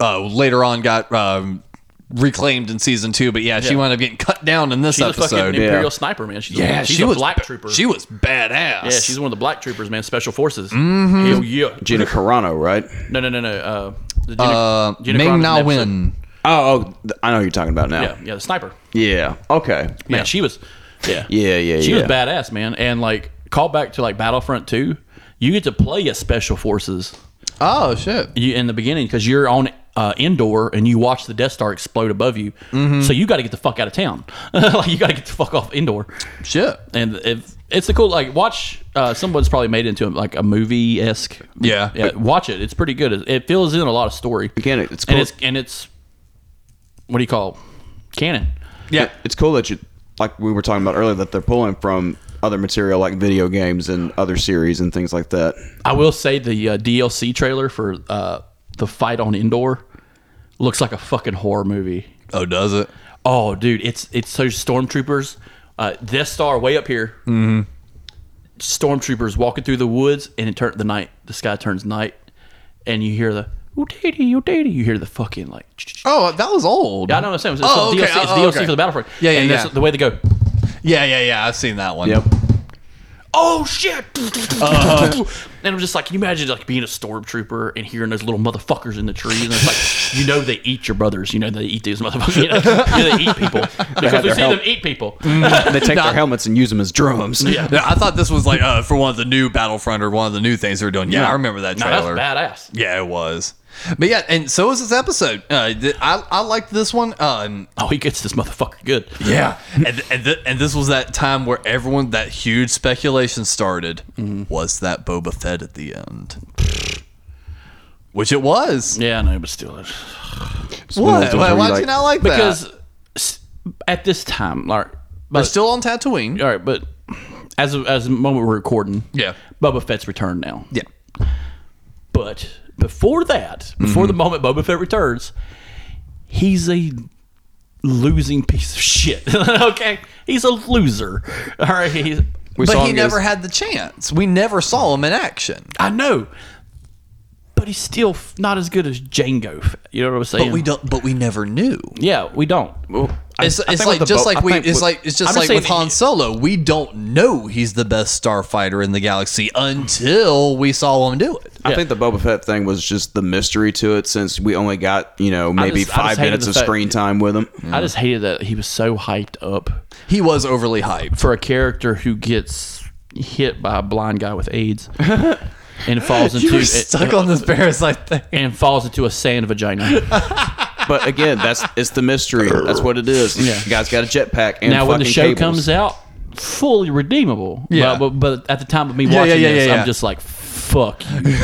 uh, later on got um, reclaimed in season two. But yeah, she
Yeah.
wound up getting cut down in this
she's a fucking
episode.
Imperial
yeah.
sniper, man. She's
yeah,
a, she's
she
a
was
black
ba-
trooper.
She was badass.
yeah, she's one of the black troopers, man. Special forces. Mm-hmm. Hell yeah.
Gina Carano, right?
No, no, no, no. Uh, the Gina,
Uh,
Gina
Ming
Carano's
Na
an episode-
Wen.
Oh, oh, th- I know who you're talking about now.
Yeah, yeah, the sniper.
Yeah. Okay.
Man, she was. Yeah,
Yeah, yeah,
She was
yeah.
badass, man. And like, call back to like Battlefront Two. You get to play as special forces.
Oh shit.
you, in the beginning because you're on uh, indoor and you watch the Death Star explode above you.
Mm-hmm.
So you got to get the fuck out of town. like you got to get the fuck off indoor.
Shit.
And if it's a cool like watch uh, someone's probably made into like a movie esque.
Yeah.
yeah. Watch it. It's pretty good. It, it fills in a lot of story.
Again, it's
and
cool.
it's and it's what do you call canon?
Yeah.
It- It's cool that you, like we were talking about earlier, that they're pulling from other material like video games and other series and things like that.
I will say the uh, DLC trailer for uh, the fight on indoor looks like a fucking horror movie.
Oh, does it?
Oh, dude, it's it's so stormtroopers, uh, Death Star way up here. Mm-hmm. Stormtroopers walking through the woods, and it turns the night. The sky turns night, and you hear the "oh daddy, oh daddy." You hear the fucking like.
Oh, that was old.
I know what I'm saying. It's,
Oh,
it's
okay.
DLC, it's
Oh,
DLC
okay.
for the Battlefront.
Yeah, yeah,
and that's
yeah.
The way they go.
Yeah, yeah, yeah. I've seen that one.
Yep.
Oh shit!
Uh-huh.
and I'm just like, can you imagine like being a stormtrooper and hearing those little motherfuckers in the trees? And it's like, you know, they eat your brothers. You know, they eat these motherfuckers. You know, you know, they eat people because we
their
see
help.
them eat people.
Mm-hmm.
They take their helmets and use them as drums.
Yeah.
Yeah, I thought this was like uh, for one of the new Battlefront or one of the new things they were doing. Yeah, I remember that
Now
trailer.
that's badass.
Yeah, it was. But yeah, and so was this episode. Uh, th- I I liked this one. Um,
Oh, he gets this motherfucker good.
yeah, and and, th- and this was that time where everyone that huge speculation started. Was that Boba Fett at the end? Which it was.
Yeah, I know, but still, it's-
What?
Those
Why,
were
why'd
like-
you not like that?
because s- at this time, all right,
we're
but
still on Tatooine.
all right, but as of- as the moment we're recording,
Yeah.
Boba Fett's returned now.
Yeah.
Mm-hmm. But before that, before the moment Boba Fett returns, he's a losing piece of shit. okay, he's a loser. All right, he's,
We saw
but he
him get his-
never had the chance. We never saw him in action.
I know, but he's still f- not as good as Django. You know what I'm saying?
But we don't. But we never knew.
Yeah, we don't. I-
It's,
I
it's
think
like
with the
just
bo- I
like we.
think
It's
with-
like it's
I'm
just
just
like with
saying-
Han Solo. We don't know he's the best starfighter in the galaxy until we saw him do it.
I think the Boba Fett thing was just the mystery to it, since we only got you know maybe
just- I just
five
hated
minutes
the
of
fact-
screen time with him.
I just hated that he was so hyped up
He was overly hyped.
for a character who gets hit by a blind guy with AIDS and falls into
You're stuck on this parasite thing.
and falls into a sand vagina.
But again, that's it's the mystery. That's what it is. Yeah, the guy's got a jetpack. And
now, when the
fucking
show
cables.
comes out, fully redeemable.
Yeah.
But, but, but at the time of me
yeah,
watching
yeah,
this,
yeah, yeah.
I'm just like, fuck you.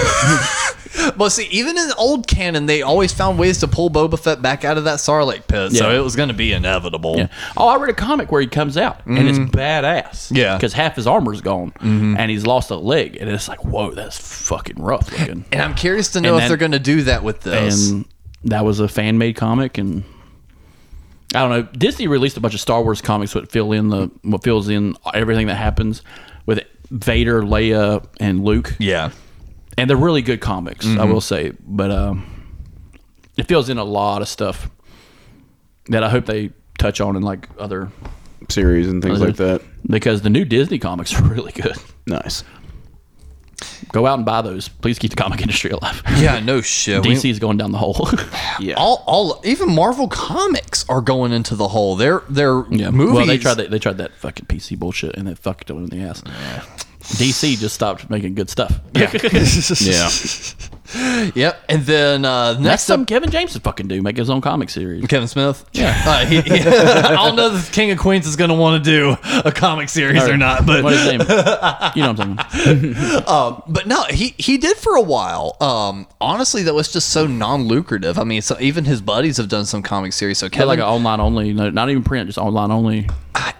Well, see, even in the old canon, they always found ways to pull Boba Fett back out of that Sarlacc pit, so
Yeah.
it was going to be inevitable.
Yeah. Oh, I read a comic where he comes out and it's badass.
Mm-hmm. Yeah. Mm-hmm.
Because half his armor's gone and he's lost a leg. And it's like, whoa, that's fucking rough looking.
And I'm curious to know
And
if
then-
they're going to do that with this.
and that was a fan made comic and I don't know. Disney released a bunch of Star Wars comics that fill in the what fills in everything that happens with Vader, Leia, and Luke,
yeah.
and they're really good comics. I
Mm-hmm.
will say, but um, it fills in a lot of stuff that I hope they touch on in like other
series and things like that.
because the new Disney comics are really good.
Nice.
Go out and buy those. Please keep the comic industry alive.
Yeah, no shit. We-
DC is going down the hole.
Yeah.
all, all, even Marvel comics are going into the hole. They're, they're
Yeah,
movies.
Well, they tried that. They tried that fucking PC bullshit, and it fucked them in the ass. DC just stopped making good stuff. Yeah,
yeah.
Yep. And then uh,
that's
next up,
something Kevin James would fucking do. Make his own comic series.
Kevin Smith. Yeah. Uh, he, he- I don't know if King of Queens is going to want to do a comic series or not, but
What is his name? you know what I'm saying?
But no, he he did for a while. Um, honestly, that was just so non-lucrative. I mean, so even his buddies have done some comic series. So
They're
Kevin,
like an online only, no, not even print, just online only.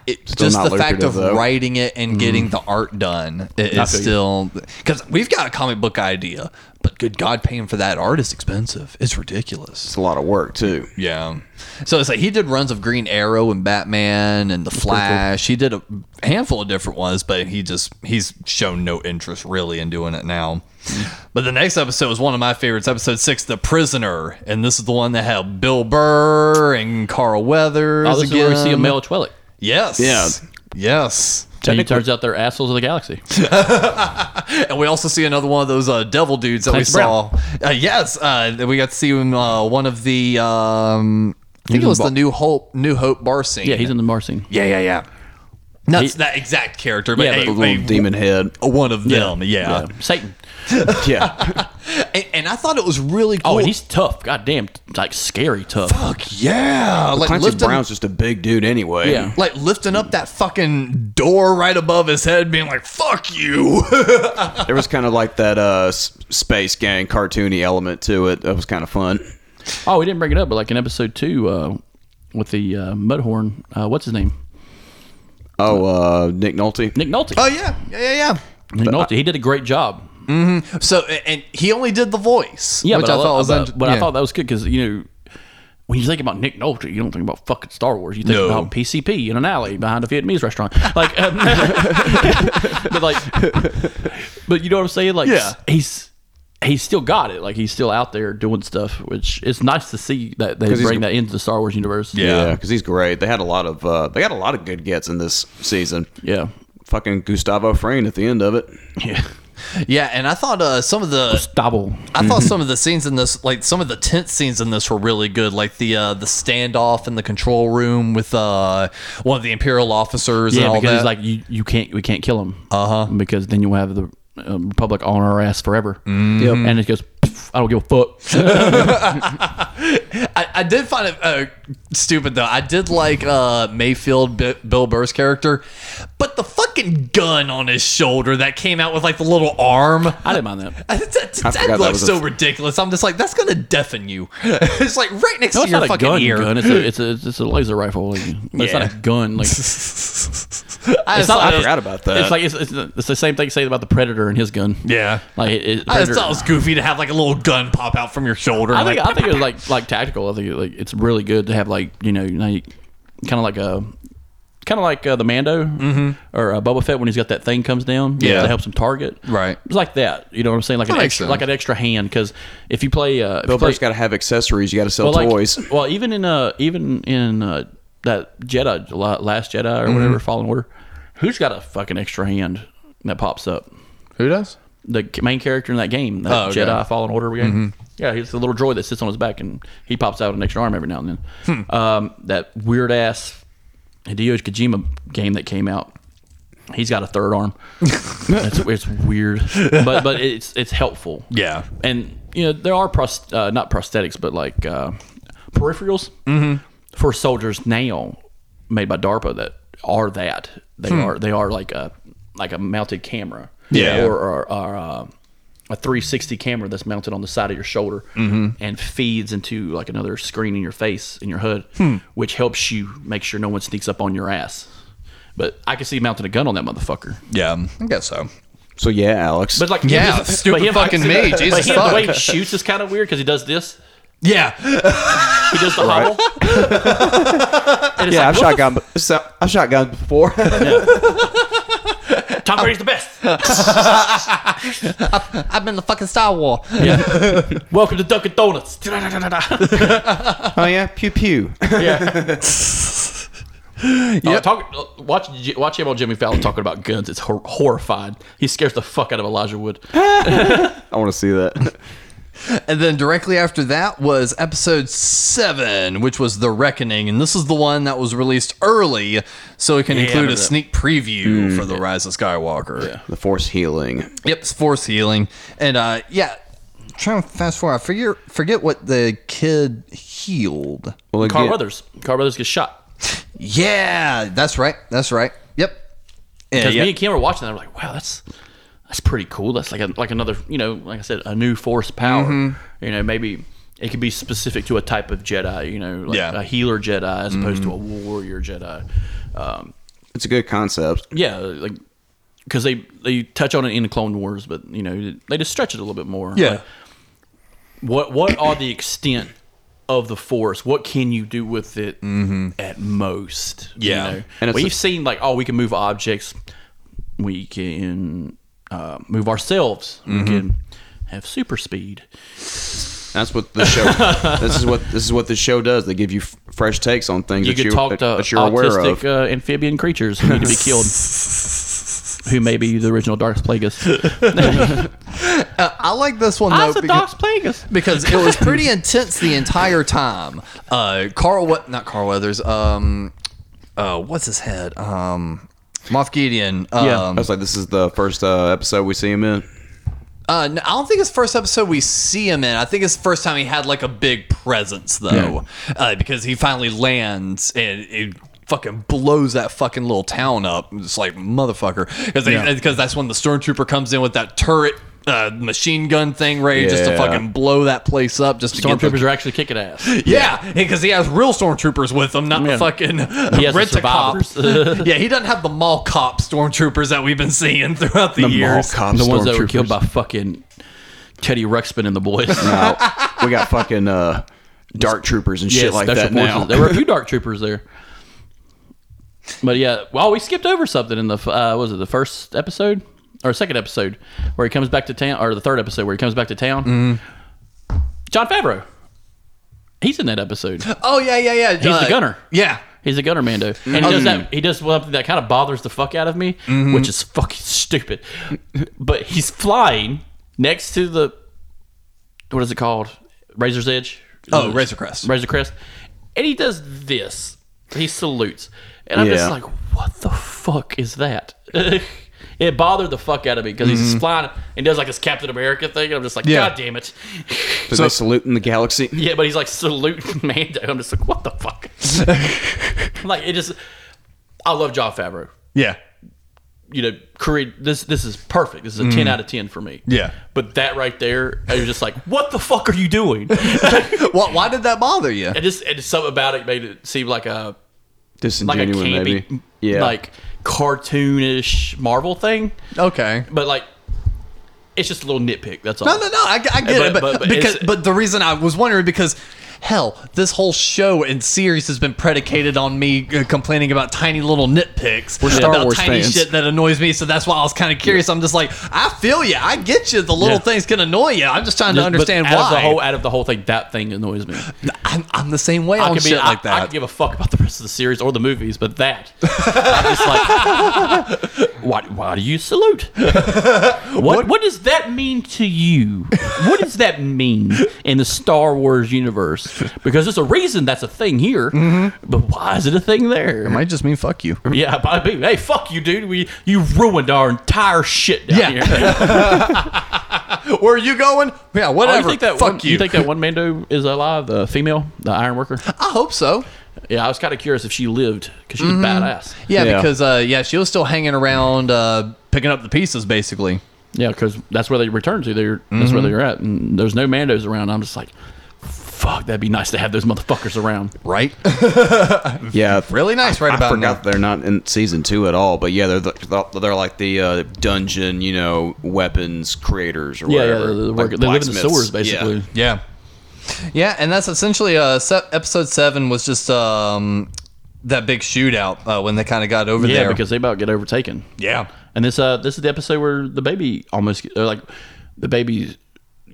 it- just
not
the fact
lucrative,
of
though.
writing it and getting
Mm-hmm.
the art done i-
I
is
feel you.
still because we've got a comic book idea, but good God, paying for that art is expensive. It's ridiculous.
It's a lot of work too.
Yeah. So it's like he did runs of Green Arrow and Batman and The Flash. He did a handful of different ones, but he just he's shown no interest really in doing it now.
Mm-hmm.
But the next episode was one of my favorites, episode six, The Prisoner, and this is the one that had Bill Burr and Carl Weathers.
Oh, this is
again.
where we see a male Twilight.
Yes.
Yeah.
Yes.
And it turns out they're assholes of the galaxy.
And we also see another one of those uh, devil dudes that
Clancy
we saw. Uh, yes, uh, that we got to see him uh, one of the um, I think it was the New Hope New Hope bar scene.
Yeah, he's in the Marcing.
Yeah, yeah, yeah. Not
He-
that exact character, but,
Yeah,
a-
but
A little
a-
demon head.
one of them. Yeah.
Satan.
Oh, Yeah.
And, and I thought it was really cool.
Oh, and he's tough. Goddamn, like scary tough.
Fuck yeah, like
Clancy
lifting,
Brown's just a big dude anyway.
Yeah.
like lifting up that fucking door right above his head, being like "fuck you."
There was kind of like that uh s- space gang cartoony element to it. That was kind of fun.
Oh, we didn't bring it up, but like in episode two, uh, with the uh, Mudhorn, uh, what's his name?
Oh, uh Nick Nolte.
Nick Nolte.
oh yeah, yeah, yeah,
Nick Nolte. He did a great job.
yeah. So a- and he only did the voice,
Yeah,
which
but
I, thought
lo-
was
but,
int-
but I
yeah.
thought that was good because you know when you think about Nick Nolte, you don't think about fucking Star Wars. You think
No.
about PCP in an alley behind a Vietnamese restaurant, like, um, but like, but you know what I'm saying? Like,
Yeah.
he's he's still got it. Like he's still out there doing stuff, which it's nice to see that they
he's
bring
g-
that into the Star Wars universe.
Yeah, because he's great. They had a lot of uh they had a lot of good gets in this season.
yeah,
Fucking Gustavo Frayne at the end of it.
yeah.
yeah, and I thought uh, some of the
Double.
I thought some of the scenes in this, like some of the tense scenes in this, were really good. Like the uh, the standoff in the control room with uh, one of the imperial officers and
Yeah,
all
because
that. Uh-huh.
it's like you, you can't we can't kill him. Uh huh. Because then you'll have the um, Republic on our ass forever.
Mm.
And it goes. "Pff, I don't give a fuck.
I, I did find it uh, stupid though. I did like uh, Mayfield, B- Bill Burr's character, but the fucking gun on his shoulder that came out with like the little arm.
I didn't mind that.
that that,
forgot that
looks
was a-
so ridiculous. I'm just like, that's gonna deafen you. it's like right next
No,
to
it's
your
not a
fucking
gun.
ear.
Gun. It's a it's a it's a laser rifle. Like, It's not
Yeah.
a gun. Like
I
It's
saw,
not-
I forgot about that.
It's like it's, it's, the- it's the same thing saying about the predator and his gun.
yeah.
Like it, it,
I just
Predator-
thought it was goofy to have like a little gun pop out from your shoulder.
I
and,
think
like,
I think it was like like tactical. I think it, like it's really good to have like you know like kind of like a kind of like uh, the Mando or uh, Boba Fett when he's got that thing comes down.
Mm-hmm. Yeah.
that helps him target.
Right.
it's like that. You know what I'm saying? Like an
makes
extra,
sense.
like an extra hand because if you play, uh, if you
Bill
play
Burr's got to have accessories. You got to sell
like,
toys.
well, even in uh even in uh that Jedi La- Last Jedi
Mm-hmm.
or whatever Fallen Order, who's got a fucking extra hand that pops up?
who does?
the c- main character in that game, that
Oh, okay. Mm-hmm.
Jedi Fallen Order game. Yeah, he's the little droid that sits on his back and he pops out an extra arm every now and then.
Hmm.
Um, that weird ass Hideo Kojima game that came out. He's got a third arm. it's, it's weird, but but it's it's helpful.
Yeah.
and you know there are pros, uh, not prosthetics, but like uh, peripherals
Mm-hmm.
for soldiers now made by DARPA that are that they
Hmm.
are they are like a like a mounted camera.
Yeah.
or or, or uh, a 360 camera that's mounted on the side of your shoulder
Mm-hmm.
and feeds into like another screen in your face in your hood,
Hmm.
which helps you make sure no one sneaks up on your ass. But I could see mounting a gun on that motherfucker.
Yeah, I guess so.
So yeah, Alex.
But like,
Yeah,
but
stupid
him- I could
fucking
see
me,
that. But
Jesus
him, the way he
fuck.
shoots is kind of weird because he does this.
Yeah,
He does the hobble. And it's like,
yeah,
what
I've shot gun. So, I've shot guns before.
the- Tom Brady's the best.
I've been the fucking Star War.
Yeah. Welcome to Dunkin' Donuts.
oh yeah, pew pew.
Yeah. Uh, talk, uh, watch J- watch him on Jimmy Fallon talking about guns. It's hor- horrified. He scares the fuck out of Elijah Wood.
I want to see that.
And then directly after that was episode seven, which was The Reckoning. And this is the one that was released early, so it can include
remember
a
that.
sneak
Mm,
preview for The Rise of Skywalker.
The Force healing.
Yep, it's force healing. And uh, yeah, trying to fast forward. I figure, forget what the kid healed.
Well,
Carl
again-
Weathers. Carl Weathers gets shot.
Yeah, that's right. That's right. Yep. And,
Because
yeah,
me and Kim were watching that, we're like, wow, that's that's pretty cool. That's like a, like another, you know, like I said, a new force power. You know, maybe it could be specific to a type of Jedi. You know, like
Yeah.
a healer Jedi as opposed to a warrior Jedi. Um,
It's a good concept.
yeah, like because they they touch on it in the Clone Wars, but you know they just stretch it a little bit more. Like, what what are the extent of the force? What can you do with it at most? you
Yeah.
know?
Mm-hmm. And it's
we've
a-
seen like oh, we can move objects, we can uh, move ourselves,
Mm-hmm.
we can have super speed.
That's what the show. this is what this is what the show does. They give you f- fresh takes on things
You
that,
can
you,
talk
that,
to
that you're aware
autistic
of.
uh, amphibian creatures who need to be killed. Who may be the original Dark Plagueis?
I like this one though.
That's a
because-
Dark Plagueis.
because it was pretty intense the entire time. Uh, Carl, what? Not Carl Weathers. Um, uh, what's his head? Um, Moff Gideon. Um,
Yeah.
I was like, this is the first uh, episode we see him in.
Uh, no, I don't think it's the first episode we see him in. I think it's the first time he had like a big presence though, uh, because he finally lands and it fucking blows that fucking little town up. It's like motherfucker, because that's when the stormtrooper comes in with that turret. Uh, machine gun thing ready just to
Yeah.
fucking blow that place up just to get the
Stormtroopers are actually kicking ass.
Yeah, because he has real stormtroopers with him, not
Yeah.
the fucking
He has the
rent a cop.
survivors.
yeah, he doesn't have the mall cop stormtroopers that we've been seeing throughout the, years.
cop
the ones that were
stormtroopers.
killed by fucking Teddy Ruxpin and the boys.
Now, Oh, we got fucking uh, dark troopers and shit like
special
that now.
forces. There were a few dark troopers there. But yeah, well, we skipped over something in the f- uh, was it the first episode or second episode where he comes back to town, or the third episode where he comes back to town.
Mm-hmm.
John Favreau, he's in that episode.
Oh yeah, yeah, yeah. He's
the gunner.
Yeah.
He's a gunner mando, and he does that. He does something that kind of bothers the fuck out of me,
Mm-hmm.
which is fucking stupid. But he's flying next to the what is it called? Razor's Edge.
Oh, Razor Crest.
Razor Crest, and he does this. He salutes, and I'm just
Yeah.
like, what the fuck is that? it bothered the fuck out of me because he's
Mm-hmm.
flying and does like this Captain America thing, and I'm just like, god damn it.
So, they salute in the galaxy.
Yeah, but he's like saluting Mando. I'm just like, what the fuck? like it just, I love John Favreau.
Yeah.
You know, career. This this is perfect. This is a ten out of ten for me.
Mm. Yeah.
But that right there, I was just like, what the fuck are you doing? and
Why, why did that bother you?
just and something about it made it seem like a like a
Disingenuous,
campy,
maybe. Yeah.
like cartoonish Marvel thing,
Okay.
but like it's just a little nitpick. That's all.
No, no, no. I, I get
But-
it, but,
but- but
because
it's-
but the reason I was wondering because hell, this whole show and series has been predicated on me uh, complaining about tiny little nitpicks We're
Star
about
Wars
tiny
fans.
shit that annoys me. So that's why I was kind of curious. I'm just like, I feel you. I get you. The little
Yeah.
things can annoy you. I'm just trying to
But
understand
out Of
why.
the whole, out of the whole thing, that thing annoys me.
I'm, I'm the same way on
could
Oh, shit
I-
like
I
that.
could give a fuck about the rest of the series or the movies, but that, i just like, why, why do you salute? What, what does that mean to you? What does that mean in the Star Wars universe? Because there's a reason that's a thing here,
Mm-hmm.
but why is it a thing there?
might just mean fuck you.
yeah, but I mean, hey, fuck you, dude. We you ruined our entire shit down
Yeah.
here. Oh,
Where are you going? Yeah,
Oh, you
whatever.
think that one,
fuck you.
think that one Mando is alive? The female, the iron worker.
I hope so.
Yeah, I was kind of curious if she lived because
Mm-hmm.
she's badass.
Yeah,
Yeah.
because uh, yeah, she was still hanging around, uh, picking up the pieces, basically.
Yeah, because that's where they return to. They're that's where they're at, and there's no Mandos around. I'm just like, fuck, that'd be nice to have those motherfuckers around.
Right.
Yeah,
really nice. Right
I
about now.
forgot they're not in season two at all, but yeah, they're the, they're like the uh, dungeon, you know, weapons creators or
Yeah, yeah,
whatever.
they- they
like
work- they live in the
blacksmiths.
sewers
Yeah.
basically.
Yeah. Yeah, and that's essentially uh se- episode 7 was just um that big shootout uh, when they kind of got over
Yeah,
there.
because they about get overtaken.
yeah.
And this uh this is the episode where the baby almost or like the baby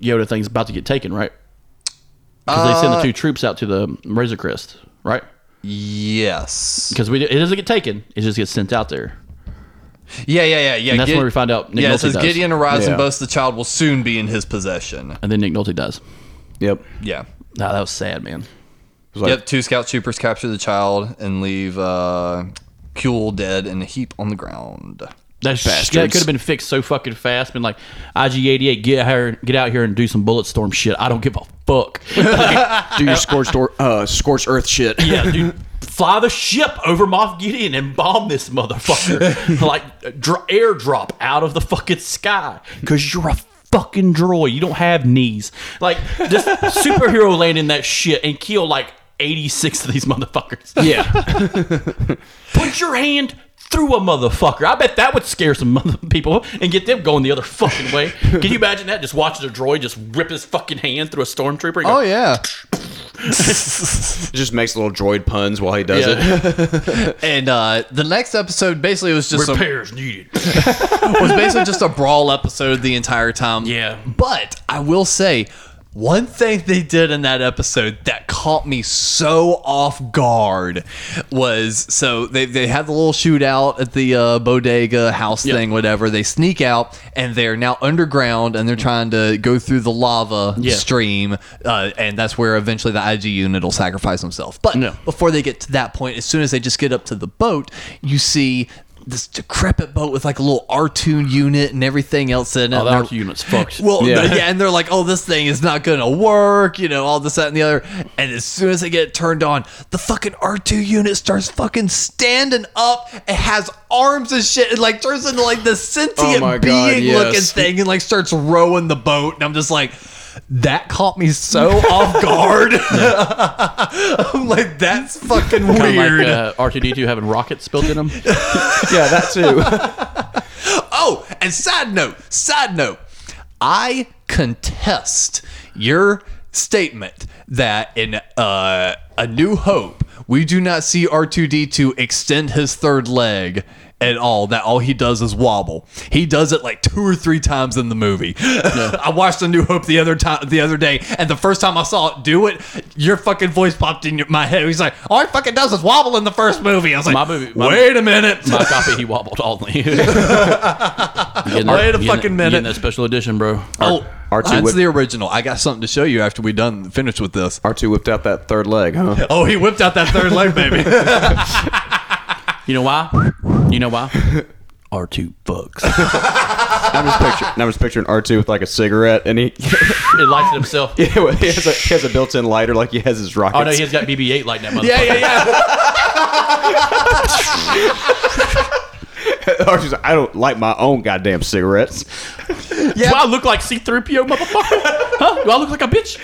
Yoda thing's about to get taken, right? Because they send the two troops out to the Razor Crest, right?
Yes.
Because we it doesn't get taken; it just gets sent out there.
Yeah, yeah, yeah, yeah.
And that's where we find out Nick
yeah, it
Nolte
says
dies.
Gideon arrives
Yeah.
and boasts the child will soon be in his possession.
And then Nick Nolte dies.
Yep.
Yeah.
Nah, that was sad, man.
It was like-
yep, two scout troopers capture the child and leave uh Kuehl dead in a heap on the ground.
That, sh- that
Bastards.
could have been fixed so fucking fast. Been like, IG88, get her, get out here and do some bullet storm shit. I don't give a fuck.
Do your scorched or, uh, scorched earth shit.
yeah, dude, fly the ship over Moff Gideon and bomb this motherfucker. like, dro- airdrop out of the fucking sky because you're a fucking droid. You don't have knees. Like, just superhero land in that shit and kill like 86 of these motherfuckers.
yeah.
Put your hand through a motherfucker. I bet that would scare some mother people and get them going the other fucking way. Can you imagine that? Just watching a droid just rip his fucking hand through a stormtrooper. And go,
Oh yeah.
It just makes little droid puns while he does it.
yeah.
And uh the next episode basically was just some
Repairs needed.
was basically just a brawl episode the entire time.
Yeah.
But I will say, one thing they did in that episode that caught me so off guard was so they, they had the little shootout at the uh, bodega house thing, whatever. They sneak out and they're now underground and they're trying to go through the lava
Yeah.
stream. Uh, and that's where eventually the IG unit will sacrifice himself. But
No.
before they get to that point, as soon as they just get up to the boat, you see this decrepit boat with like a little R2 unit and everything else in it.
Oh,
And
that
they're-
R2 unit's fucked.
Well,
Yeah.
yeah. and they're like, oh, this thing is not going to work, you know, all this, that, and the other. And as soon as they get it turned on, the fucking R2 unit starts fucking standing up. It has arms and shit. It like turns into like the sentient
Oh my
being
God,
looking
yes.
thing and like starts rowing the boat. And I'm just like, that caught me so off guard. I'm like, that's fucking weird.
Kind of like uh, R2D2 having rockets built in them.
yeah, that too.
Oh, and side note, side note, I contest your statement that in uh, A New Hope, we do not see R2D2 extend his third leg at all, that all he does is wobble. He does it like two or three times in the movie. I watched A New Hope the other time the other day, and the first time I saw it do it, your fucking voice popped in your, my head. He's like, all he fucking does is wobble in the first movie. I was like,
My movie- my-
wait a minute.
My copy, he wobbled only. You getting that-
Wait a
you getting that-
fucking
you
minute.
getting that special edition, bro.
Oh,
R- R2
that's
whip-
the original. I got something to show you after we done finished with this.
R2 whipped out that third leg, huh?
Oh, he whipped out that third leg, baby.
You know why? You know why? R2 fucks.
I'm just picturing, I'm just picturing R2 with like a cigarette, and he
it lights it himself.
he has a, he has a built-in lighter, like he has his rockets.
Oh, no, he's got BB-8 lighting that motherfucker.
yeah, yeah, yeah.
Archie's like, I don't like my own goddamn cigarettes.
Do I look like C3PO, motherfucker? huh? Do I look like a bitch?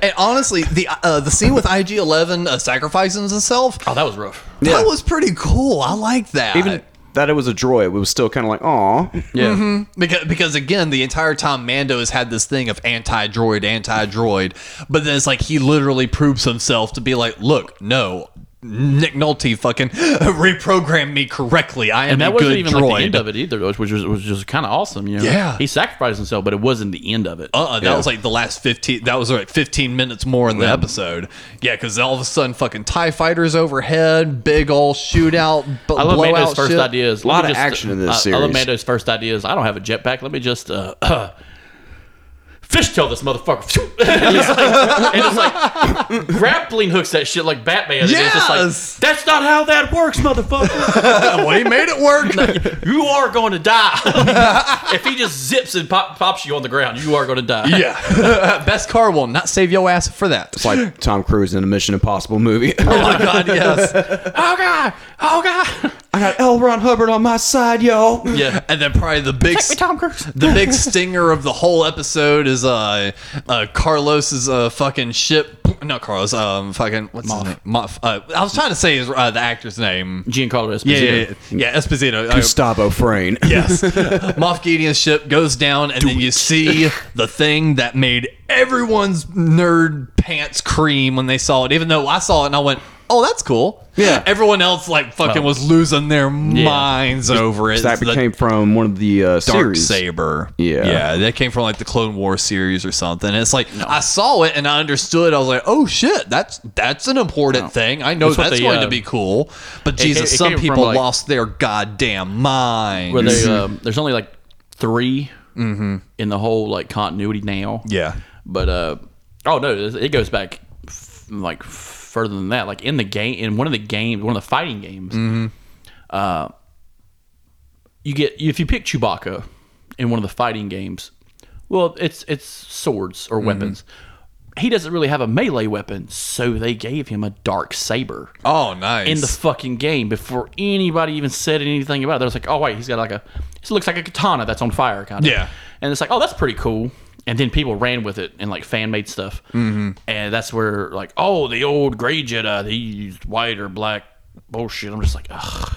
And honestly, the uh, the scene with IG Eleven uh, sacrificing himself
Oh, that was rough.
Yeah.
that was pretty cool. I like that.
Even that it was a droid, it was still kind of like, aw.
Yeah.
Because, because again, the entire time Mando has had this thing of anti droid, anti droid, but then it's like he literally proves himself to be like, look, no, Nick Nolte fucking reprogrammed me correctly. I am
And that
a
wasn't
good
even
droid.
like the end of it either, which was was just kind of awesome. You know?
Yeah.
He sacrificed himself, but it wasn't the end of it.
uh-uh, that was like the last 15 that was like 15 minutes more in the episode yeah because all of a sudden fucking tie fighters overhead big old shootout b-
I love
blowout
Mando's first
shit.
ideas. Let
Lot
me
of action in this
I- I love
series.
Mando's first ideas. I don't have a jetpack. Let me just uh, uh, fishtail this motherfucker. and, it's like, and it's like grappling hooks that shit like Batman. And it's just like,
Yes!
That's not how that works, motherfucker.
well he made it work
you are going to die if he just zips and pop, pops you on the ground. You are going to die.
yeah best car will not save your ass for that
It's like Tom Cruise in a Mission Impossible movie.
oh my god yes
Oh god. Oh god.
I got L. Ron Hubbard on my side, yo.
Yeah.
And then probably the big
Tom Cruise.
the big stinger of the whole episode is uh, uh Carlos's uh fucking ship. Not Carlos. Um, fucking what's his name? Moff. Uh, I was trying to say his, uh, the actor's name.
Giancarlo Esposito.
Yeah, yeah, yeah, yeah Esposito. Uh,
Gustavo Frayne.
yes, Moff Gideon's ship goes down, and then you see the thing that made everyone's nerd pants cream when they saw it. Even though I saw it, and I went. Oh, that's cool.
Yeah.
Everyone else like fucking was losing their minds over it.
That
It's the-
became from one of the uh,
dark
series.
saber.
Yeah.
yeah, that came from like the Clone War series or something. It's like I saw it and I understood. I was like, oh shit, that's that's an important thing. I know
That's what
that's
they,
going
uh,
to be cool. But Jesus,
it
some
came from,
people
like-
lost their goddamn minds.
Where they, um, there's only like 3
Mm-hmm.
in the whole like continuity now.
yeah,
But uh, oh no, it it goes back f- like further than that. Like in the game, in one of the games, one of the fighting games, uh, you get if you pick Chewbacca in one of the fighting games. Well, it's it's swords or weapons. He doesn't really have a melee weapon, so they gave him a dark saber
oh nice.
in the fucking game before anybody even said anything about it. They're just like, oh wait, he's got like a, it looks like a katana that's on fire, kind of.
Yeah.
And it's like, oh, that's pretty cool. And then people ran with it and like fan made stuff. Mm-hmm. And that's where like, oh, the old gray Jedi, they used white or black bullshit. I'm just like, ugh.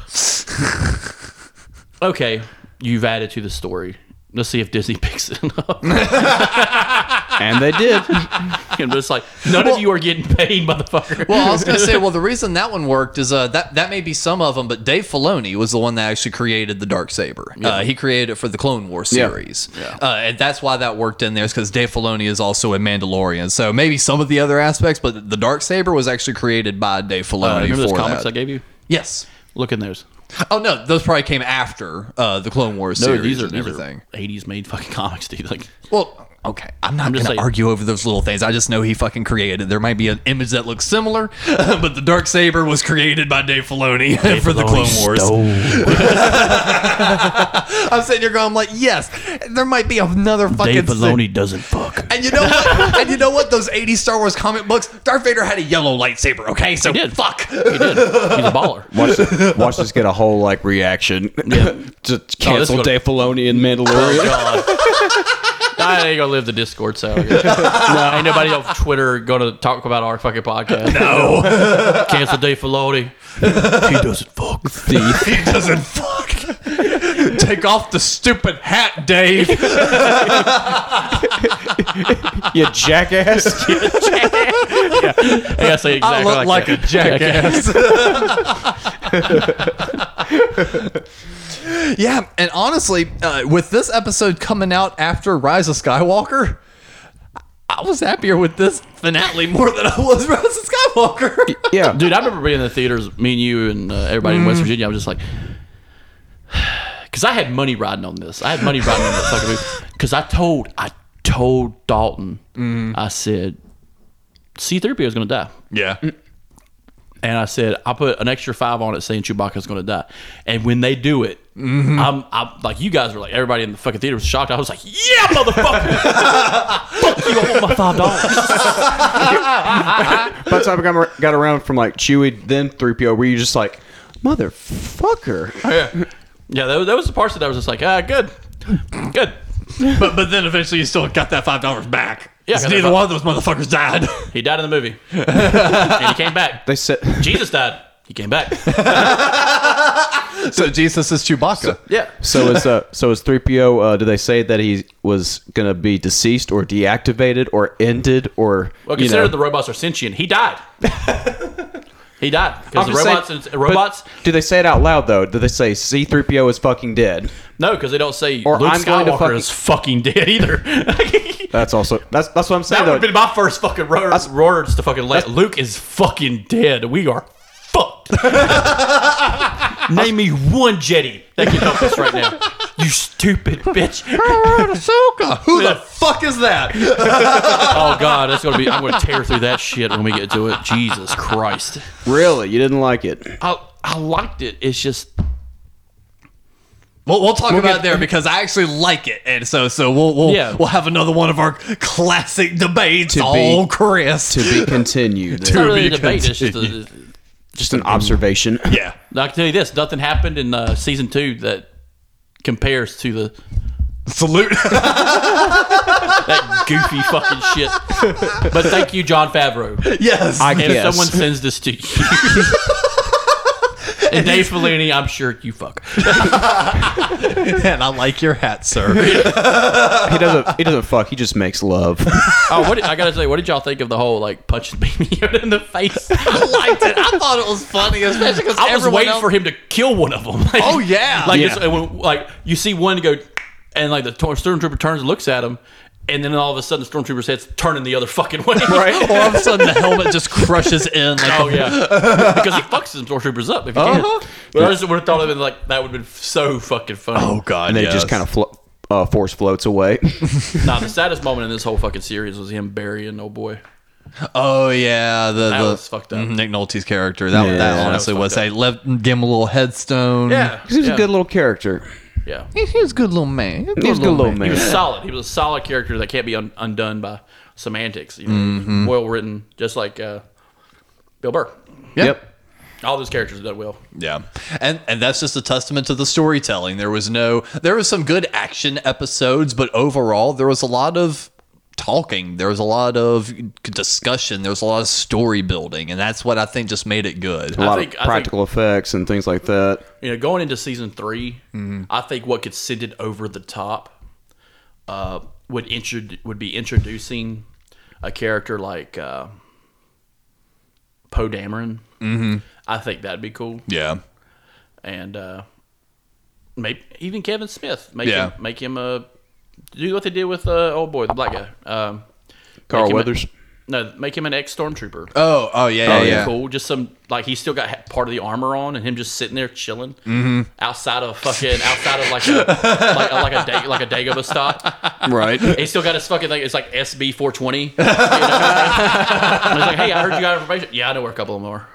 okay, you've added to the story. Let's see if Disney picks it up.
And they did.
and it's like, none of you are getting paid, motherfucker.
well, I was gonna say, well, the reason that one worked is uh, that that may be some of them, but Dave Filoni was the one that actually created the dark saber. Uh, he created it for the Clone War series, Uh, and that's why that worked in there, is because Dave Filoni is also a Mandalorian. So maybe some of the other aspects, but the dark saber was actually created by Dave
Uh,
Filoni.
remember those
for
comics
that.
I gave you?
yes.
Look in those.
Oh no, those probably came after uh, the Clone War
No,
series
these are
and
these are
everything.
80s made fucking comics, dude. Like,
Well, okay. I'm not
just
going to
saying-
argue over those little things. I just know he fucking created. it. There might be an image that looks similar, but the dark saber was created by Dave Filoni for the Clone Wars. I'm sitting here going, I'm like, yes, there might be another fucking.
Dave
thing.
Filoni doesn't fuck.
And you know what? and you know what? Those 80 Star Wars comic books, Darth Vader had a yellow lightsaber. Okay, so
did.
fuck.
He did. He's a baller.
Watch, watch this get a whole like reaction.
Oh,
to cancel
gonna-
Dave Filoni and Mandalorian.
I ain't gonna live the Discord so no. ain't nobody on Twitter gonna talk about our fucking podcast. No.
oh,
Cancel Dave Filoni. he doesn't fuck.
he doesn't fuck. Take off the stupid hat, Dave.
you jackass.
I gotta say exactly
I look like,
that.
a jackass. yeah, and honestly, uh, with this episode coming out after Rise of Skywalker, I was happier with this finale more than I was Rise of Skywalker.
yeah.
Dude, I remember being in the theaters, me and you and uh, everybody in West Virginia. I was just like, because I had money riding on this. I had money riding on this fucking movie. Because I told, I told Dalton, I said, C-3PO is gonna die.
yeah.
and I said I put an extra five on it saying Chewbacca's going to die. And when they do it, I'm, I'm like you guys were like everybody in the fucking theater was shocked. I was like, yeah, motherfucker, fuck you, I want my five dollars.
By the time I got, mar- got
Oh,
around from like Chewie, then 3PO, were you just like, motherfucker?
Yeah, that was, that was the parts that I was just like, ah, good, good.
but but then eventually you still got that five dollars back.
Yeah, I
Because
got that
neither
five-
one of those motherfuckers died.
He died in the movie, and he came back.
They said
Jesus died. He came back.
So Jesus is Chewbacca.
Yeah.
so is uh so is three PO. Uh, did they say that he was gonna be deceased or deactivated or ended or
Well,
you
consider
know?
the robots are sentient. He died. he died because the
I'm just
robots.
saying-
and, robots.
But do they say it out loud though? Do they say C three PO is fucking dead?
No, because they don't say
Or
Luke
I'm going to
Skywalker
fucking-
is fucking dead either. that
That's also that's that's what I'm saying
would have
though.
been my first fucking ro- words to fucking let Luke is fucking dead. We are fucked. Name me one Jedi that can help us right now. You stupid bitch.
Who the fuck is that?
Oh god, that's gonna be. I'm gonna tear through that shit when we get to it. Jesus Christ.
really, you didn't like it?
I I liked it. It's just
we'll, we'll talk about
get-
it there because I actually like it, and so so we'll we'll,
Yeah.
we'll have another one of our classic debates
To be-
on Chris.
To be continued.
it's not
To
really a
be
debate. It's just a,
just an observation.
yeah.
I can tell you this: nothing happened in uh, season two that compares to the
Salute.
that goofy fucking shit. But thank you, John Favreau.
yes.
I
If
guess.
someone sends this to you, and Dave Filoni, I'm sure you fuck.
and I like your hat, sir.
he doesn't. He doesn't fuck. He just makes love.
Oh, what did, I gotta say, what did y'all think of the whole like punching Baby Yoda in the face?
I liked it. I thought it was funny, especially because
I was waiting for him to kill one of them. Like,
Oh, yeah.
like
Yeah.
it's- when- like you see one go, and like the tor- stormtrooper turns and looks at him, and then all of a sudden the stormtrooper's head's turning the other fucking way. Right.
All of a sudden, the helmet just crushes in. Like
Oh yeah, because he fucks some stormtroopers up if he
Uh-huh.
can. But I just would have thought of it like that would have been so fucking funny.
Oh god.
And then he just kind of flo- uh, force floats away.
Nah, the saddest moment in this whole fucking series was him burying old boy.
Oh yeah, the,
That
the
was fucked up.
Mhm,
Mm-hmm,
Nick Nolte's character. That
Yeah,
that
that
honestly
was
was.
fucked
I left gave him a little headstone.
Yeah,
He's
yeah,
a good little character.
yeah.
He, he was a good little man. He was a good,
He's a good little man.
He was solid. He was a solid character that can't be un- undone by semantics. You know, well written, just like uh, Bill Burr.
Yep.
All those characters are done well.
Yeah.
and and that's just a testament to the storytelling. There was no there was some good action episodes, but overall there was a lot of talking. There was a lot of discussion. There was a lot of story building, and that's what I think just made it good.
A lot
think- I think-
of practical effects and things like that.
you know, going into season 3 I think what could send it over the top uh, would intro- would be introducing a character like uh, Poe Dameron. Mm-hmm. I think that'd be cool,
Yeah.
and uh, maybe even Kevin Smith. Make
Yeah.
him, make him uh, do what they did with uh, old boy, the black guy, um,
Carl
make him a-
Weathers.
no, make him an ex stormtrooper.
Oh, oh yeah,
That'd be
yeah.
cool. Just some like he's still got ha- part of the armor on, and him just sitting there chilling
Mm-hmm.
outside of fucking outside of like a like, a- like a da- like a Dagobah stop.
Right.
He's still got his fucking thing. It's like SB four twenty. He's like, hey, I heard you got information. Yeah, I know where a couple of them are.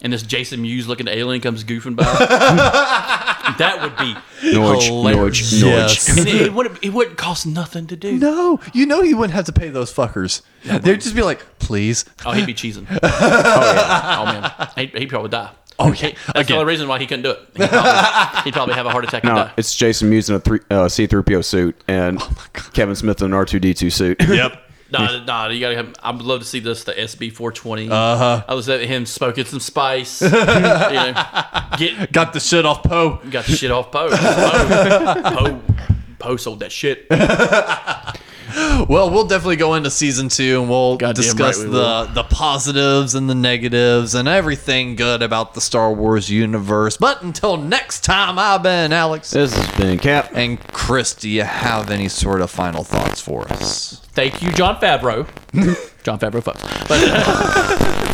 and this Jason Mewes looking alien comes goofing by. that would be
Norwich,
hilarious.
Norwich, Norwich.
And it, it wouldn't it wouldn't cost nothing to do.
No, you know he wouldn't have to pay those fuckers. They'd just be like, please.
Oh, he'd be cheesing. oh, man, he'd, he'd probably die.
Oh, yeah.
That's the only reason why he couldn't do it. He'd probably, he'd probably have a heart attack and
No,
die.
it's Jason Mewes in a three, uh, C-3PO suit and
Oh
Kevin Smith in an R2-D2 suit.
Yep.
Nah, nah, you gotta have. I would love to see this, the SB 420. Uh huh. I was at him smoking some spice. you know, get
Got the shit off Poe.
got the shit off Poe. Poe Poe Poe sold that shit.
Well, we'll definitely go into season two and we'll
Goddamn
discuss
right we
the, the positives and the negatives and everything good about the Star Wars universe. But until next time, I've been Alex.
This has been Cap.
And Chris, do you have any sort of final thoughts for us?
Thank you, John Favreau. John Favreau fucks. But